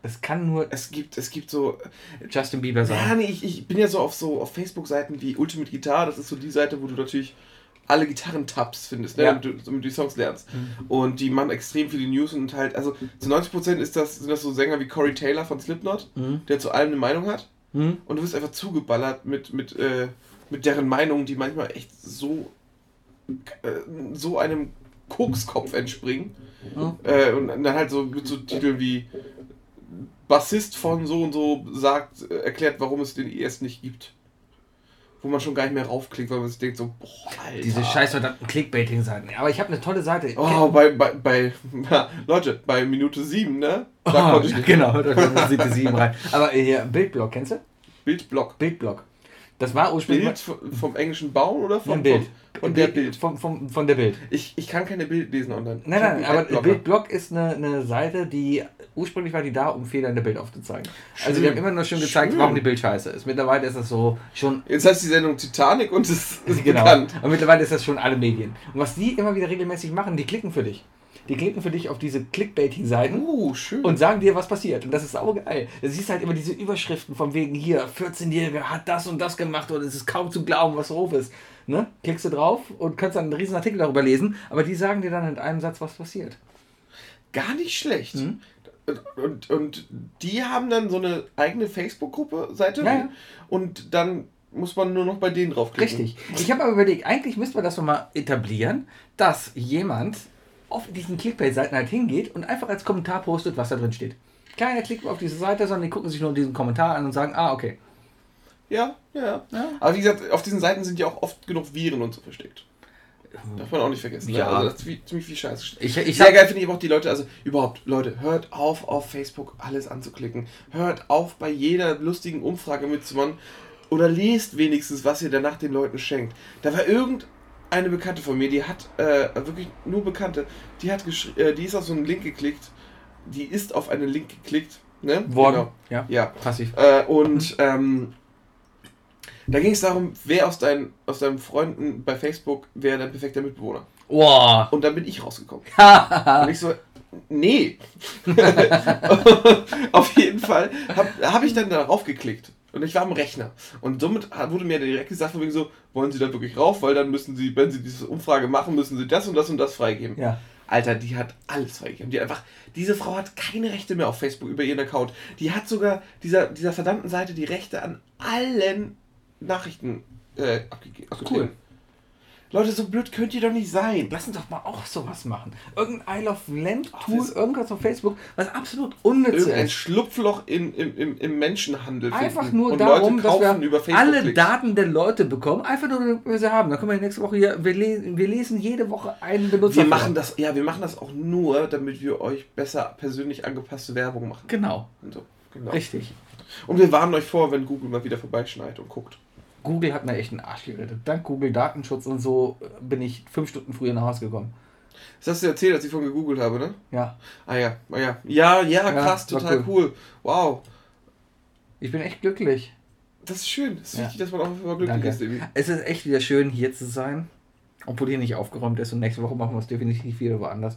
Es kann nur Es gibt, es gibt so, Justin Bieber ja, sein. nee, ich, ich bin ja so auf so auf Facebook-Seiten wie Ultimate Guitar, das ist so die Seite, wo du natürlich alle Gitarrentabs findest, ne? Ja. Mhm. damit, du, damit du die Songs lernst. Und die machen extrem viele News und halt, also zu 90% ist das, sind das so Sänger wie Corey Taylor von Slipknot, Mhm. der zu allem eine Meinung hat. Hm? Und du wirst einfach zugeballert mit, mit, äh, mit deren Meinungen, die manchmal echt so, äh, so einem Kokskopf entspringen. Hm? Äh, und dann halt so mit so Titeln wie Bassist von so und so sagt, äh, erklärt, warum es den IS nicht gibt. Wo man schon gar nicht mehr raufklickt, weil man sich denkt so, boah, Alter. Diese scheiß verdammten Clickbaiting-Seiten. Aber ich habe eine tolle Seite. Oh, bei, bei, bei, Leute, bei Minute 7, ne? Da Oh, konnte ich nicht. genau, da kommt die 7 rein. Aber hier, Bildblock, kennst du? Bildblock. Bildblock. Das war ursprünglich Bild v- vom englischen Bauen oder vom von Bild. Vom, von der Bild- Bild. Von, von, von der Bild. Ich, ich kann keine Bild lesen online. Nein, nein, aber Bild. Bildblog ist eine, eine Seite, die ursprünglich war die da, um Fehler in der Bild aufzuzeigen. Also wir Schön. haben immer nur schon gezeigt, Schön. warum die Bild scheiße ist. Mittlerweile ist das so schon Jetzt heißt die Sendung Titanic und es ist genau. bekannt. Und mittlerweile ist das schon alle Medien. Und was die immer wieder regelmäßig machen, die klicken für dich. Die klicken für dich auf diese Clickbaiting-Seiten Uh, schön. und sagen dir, was passiert. Und das ist saugeil. Da siehst du halt immer diese Überschriften von wegen hier, 14-Jähriger hat das und das gemacht und es ist kaum zu glauben, was drauf ist. Ne? Klickst du drauf und kannst dann einen riesen Artikel darüber lesen, aber die sagen dir dann in einem Satz, was passiert. Gar nicht schlecht. Hm? Und, und die haben dann so eine eigene Facebook-Gruppe, Seite. Ja, ja. Und dann muss man nur noch bei denen draufklicken. Richtig. Ich habe aber überlegt, eigentlich müsste man das noch mal etablieren, dass jemand auf diesen Clickbait-Seiten halt hingeht und einfach als Kommentar postet, was da drin steht. Keiner klickt auf diese Seite, sondern die gucken sich nur diesen Kommentar an und sagen, ah, okay. Ja, ja, Ja. Aber wie gesagt, auf diesen Seiten sind ja auch oft genug Viren und so versteckt. Darf man auch nicht vergessen. Ja. Ne? Also das ist viel- ziemlich viel Scheiße. Ich- ich Sehr sag- geil finde ich aber auch die Leute, also überhaupt, Leute, hört auf, auf Facebook alles anzuklicken. Hört auf, bei jeder lustigen Umfrage mitzumachen. Oder lest wenigstens, was ihr danach den Leuten schenkt. Da war irgendeine Bekannte von mir, die hat, äh, wirklich nur Bekannte, die hat geschri- äh, die ist auf so einen Link geklickt. Die ist auf einen Link geklickt. Ne? Worden. Ja. Ja. Passiv. Äh, und ähm, da ging es darum, wer aus, dein, aus deinen Freunden bei Facebook wäre dein perfekter Mitbewohner. Wow. Und dann bin ich rausgekommen. Und Hahaha. ich so, nee. Auf jeden Fall habe hab ich dann darauf geklickt. Und ich war am Rechner. Und somit hat- wurde mir direkt gesagt, von wegen so, wollen Sie da wirklich rauf? Weil dann müssen Sie, wenn Sie diese Umfrage machen, müssen Sie das und das und das freigeben. ja. Alter, die hat alles freigegeben. Die hat einfach, diese Frau hat keine Rechte mehr auf Facebook über ihren Account. Die hat sogar dieser, dieser verdammten Seite die Rechte an allen Nachrichten äh, abgegeben. Cool. Leute, so blöd könnt ihr doch nicht sein. Lass uns doch mal auch sowas machen. Irgendein I Love Land Ach, Tool, das- irgendwas auf Facebook, was absolut unnütz Irgendein ist. Schlupfloch in, im, im, im Menschenhandel. Einfach finden. nur Und darum, Leute kaufen dass wir über Facebook alle Klicks. Daten der Leute bekommen. Einfach nur, damit wir sie haben. Dann können wir nächste Woche hier, wir lesen, wir lesen jede Woche einen Benutzer. Wir machen das, ja, wir machen das auch nur, damit wir euch besser persönlich angepasste Werbung machen. Genau, Und, so. genau. richtig. und wir warnen euch vor, wenn Google mal wieder vorbeischneit und guckt. Google hat mir echt einen Arsch gerettet. Dank Google Datenschutz und so äh, bin ich fünf Stunden früher nach Hause gekommen. Das hast du erzählt, als ich vorhin gegoogelt habe, ne? Ja, Ah ja, ah ja. Ja, ja, Ja, krass, war total cool. Wow. ich bin echt glücklich. Das ist schön. Das ist Ja. wichtig, dass man auch immer glücklich Danke. ist. Irgendwie. Es ist echt wieder schön, hier zu sein. Obwohl hier nicht aufgeräumt ist und nächste Woche machen wir es definitiv wieder woanders.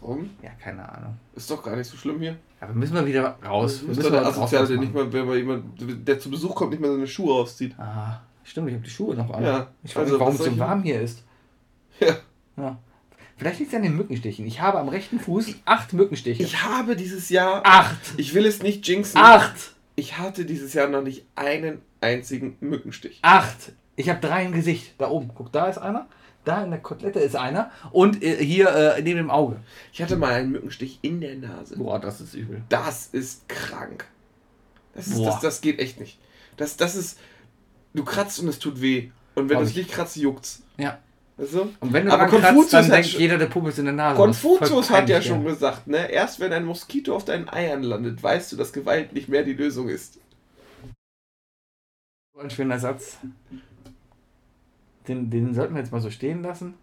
Warum? Ja, keine Ahnung. Ist doch gar nicht so schlimm hier. Aber müssen wir wieder raus. Du Wir bist müssen doch der was draus Asoziale, der machen. nicht mal, wenn mal jemand, der zu Besuch kommt, nicht mal seine Schuhe auszieht. Ah, stimmt, ich habe die Schuhe noch an. Ja, ich weiß also nicht, warum was es soll so ich- warm hier ist. Ja. ja. Vielleicht liegt es an den Mückenstichen. Ich habe am rechten Fuß acht Mückenstiche. Ich habe dieses Jahr. acht! Ich will es nicht jinxen. Acht! Ich hatte dieses Jahr noch nicht einen einzigen Mückenstich. Acht! Ich habe drei im Gesicht. Da oben. Guck, da ist einer. Da in der Kotelette ist einer. Und äh, hier äh, neben dem Auge. Ich hatte mal einen Mückenstich in der Nase. Boah, das ist übel. Das ist krank. Das, ist, Boah. das, das geht echt nicht. Das, das ist. Du kratzt und es tut weh. Und wenn Glaub du es ich. nicht kratzt, juckt's. Ja. Weißt du? Und wenn du Aber dran kratzt, Konfuzius dann hat denkt schon- jeder, der Puppe ist in der Nase. Konfuzius hat ja Das ist voll schon peinlich, gesagt, ne? Erst wenn ein Moskito auf deinen Eiern landet, weißt du, dass Gewalt nicht mehr die Lösung ist. ja. So Ein schöner Satz. Den, den sollten wir jetzt mal so stehen lassen.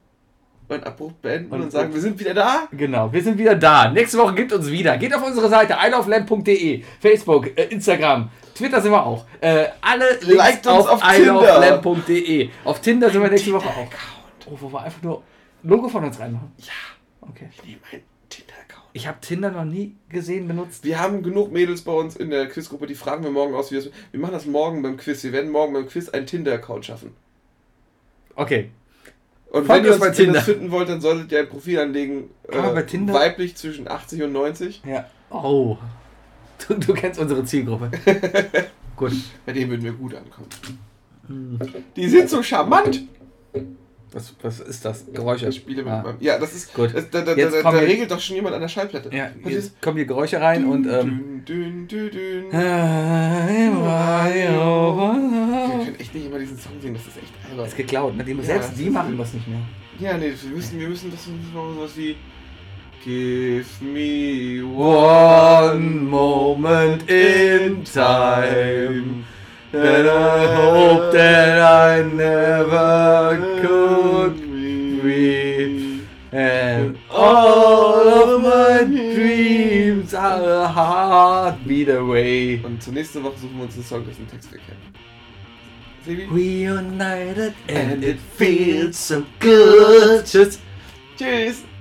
Und abrupt beenden Und und, sagen, wir sind wieder da. Genau, wir sind wieder da. Nächste Woche gibt uns wieder. Geht auf unsere Seite eilaufland.de, Facebook, äh, Instagram, Twitter sind wir auch. Äh, alle Links Liked uns auf eilaufland.de. Auf Tinder sind wir nächste Woche auch. Oh, wo wir einfach nur Logo von uns reinmachen. Ja, Okay. ich nehme einen Tinder-Account. Ich habe Tinder noch nie gesehen, benutzt. Wir haben genug Mädels bei uns in der Quizgruppe, die fragen wir morgen aus, wie das, Wir machen das morgen beim Quiz. Wir werden morgen beim Quiz einen Tinder-Account schaffen. Okay. Und Folgt wenn ihr uns bei uns, wenn ihr Tinder. das finden wollt, dann solltet ihr ein Profil anlegen. äh, Kann man bei Tinder- Weiblich zwischen 80 und 90. Ja. Oh. Du, du kennst unsere Zielgruppe. Gut. Bei denen würden wir gut ankommen. Hm. Die sind Also, so charmant. Was, was ist das? Geräusche. Ich spiele mit Ah. meinem. Ja, das ist. Gut. Das, da da, Jetzt da, da, kommen wir- regelt doch schon jemand an der Schallplatte. Ja, Und dieses- jetzt kommen hier Geräusche rein und. Ähm, Dün, dün, dün, dün. Wir Es können echt nicht immer diesen Song singen, das ist echt albern. ist geklaut, ne? Die, Ja, selbst die das machen ist- das nicht mehr. Ja, nee, wir müssen, wir müssen das nicht mal sowas wie. Give me One one moment in time time. that I hope that I never could be. And all of my dreams are a heartbeat away. Und zur nächsten Woche suchen wir uns einen Song, dessen Text wir kennen. Sebi? Reunited and it feels so good. Tschüss. Tschüss!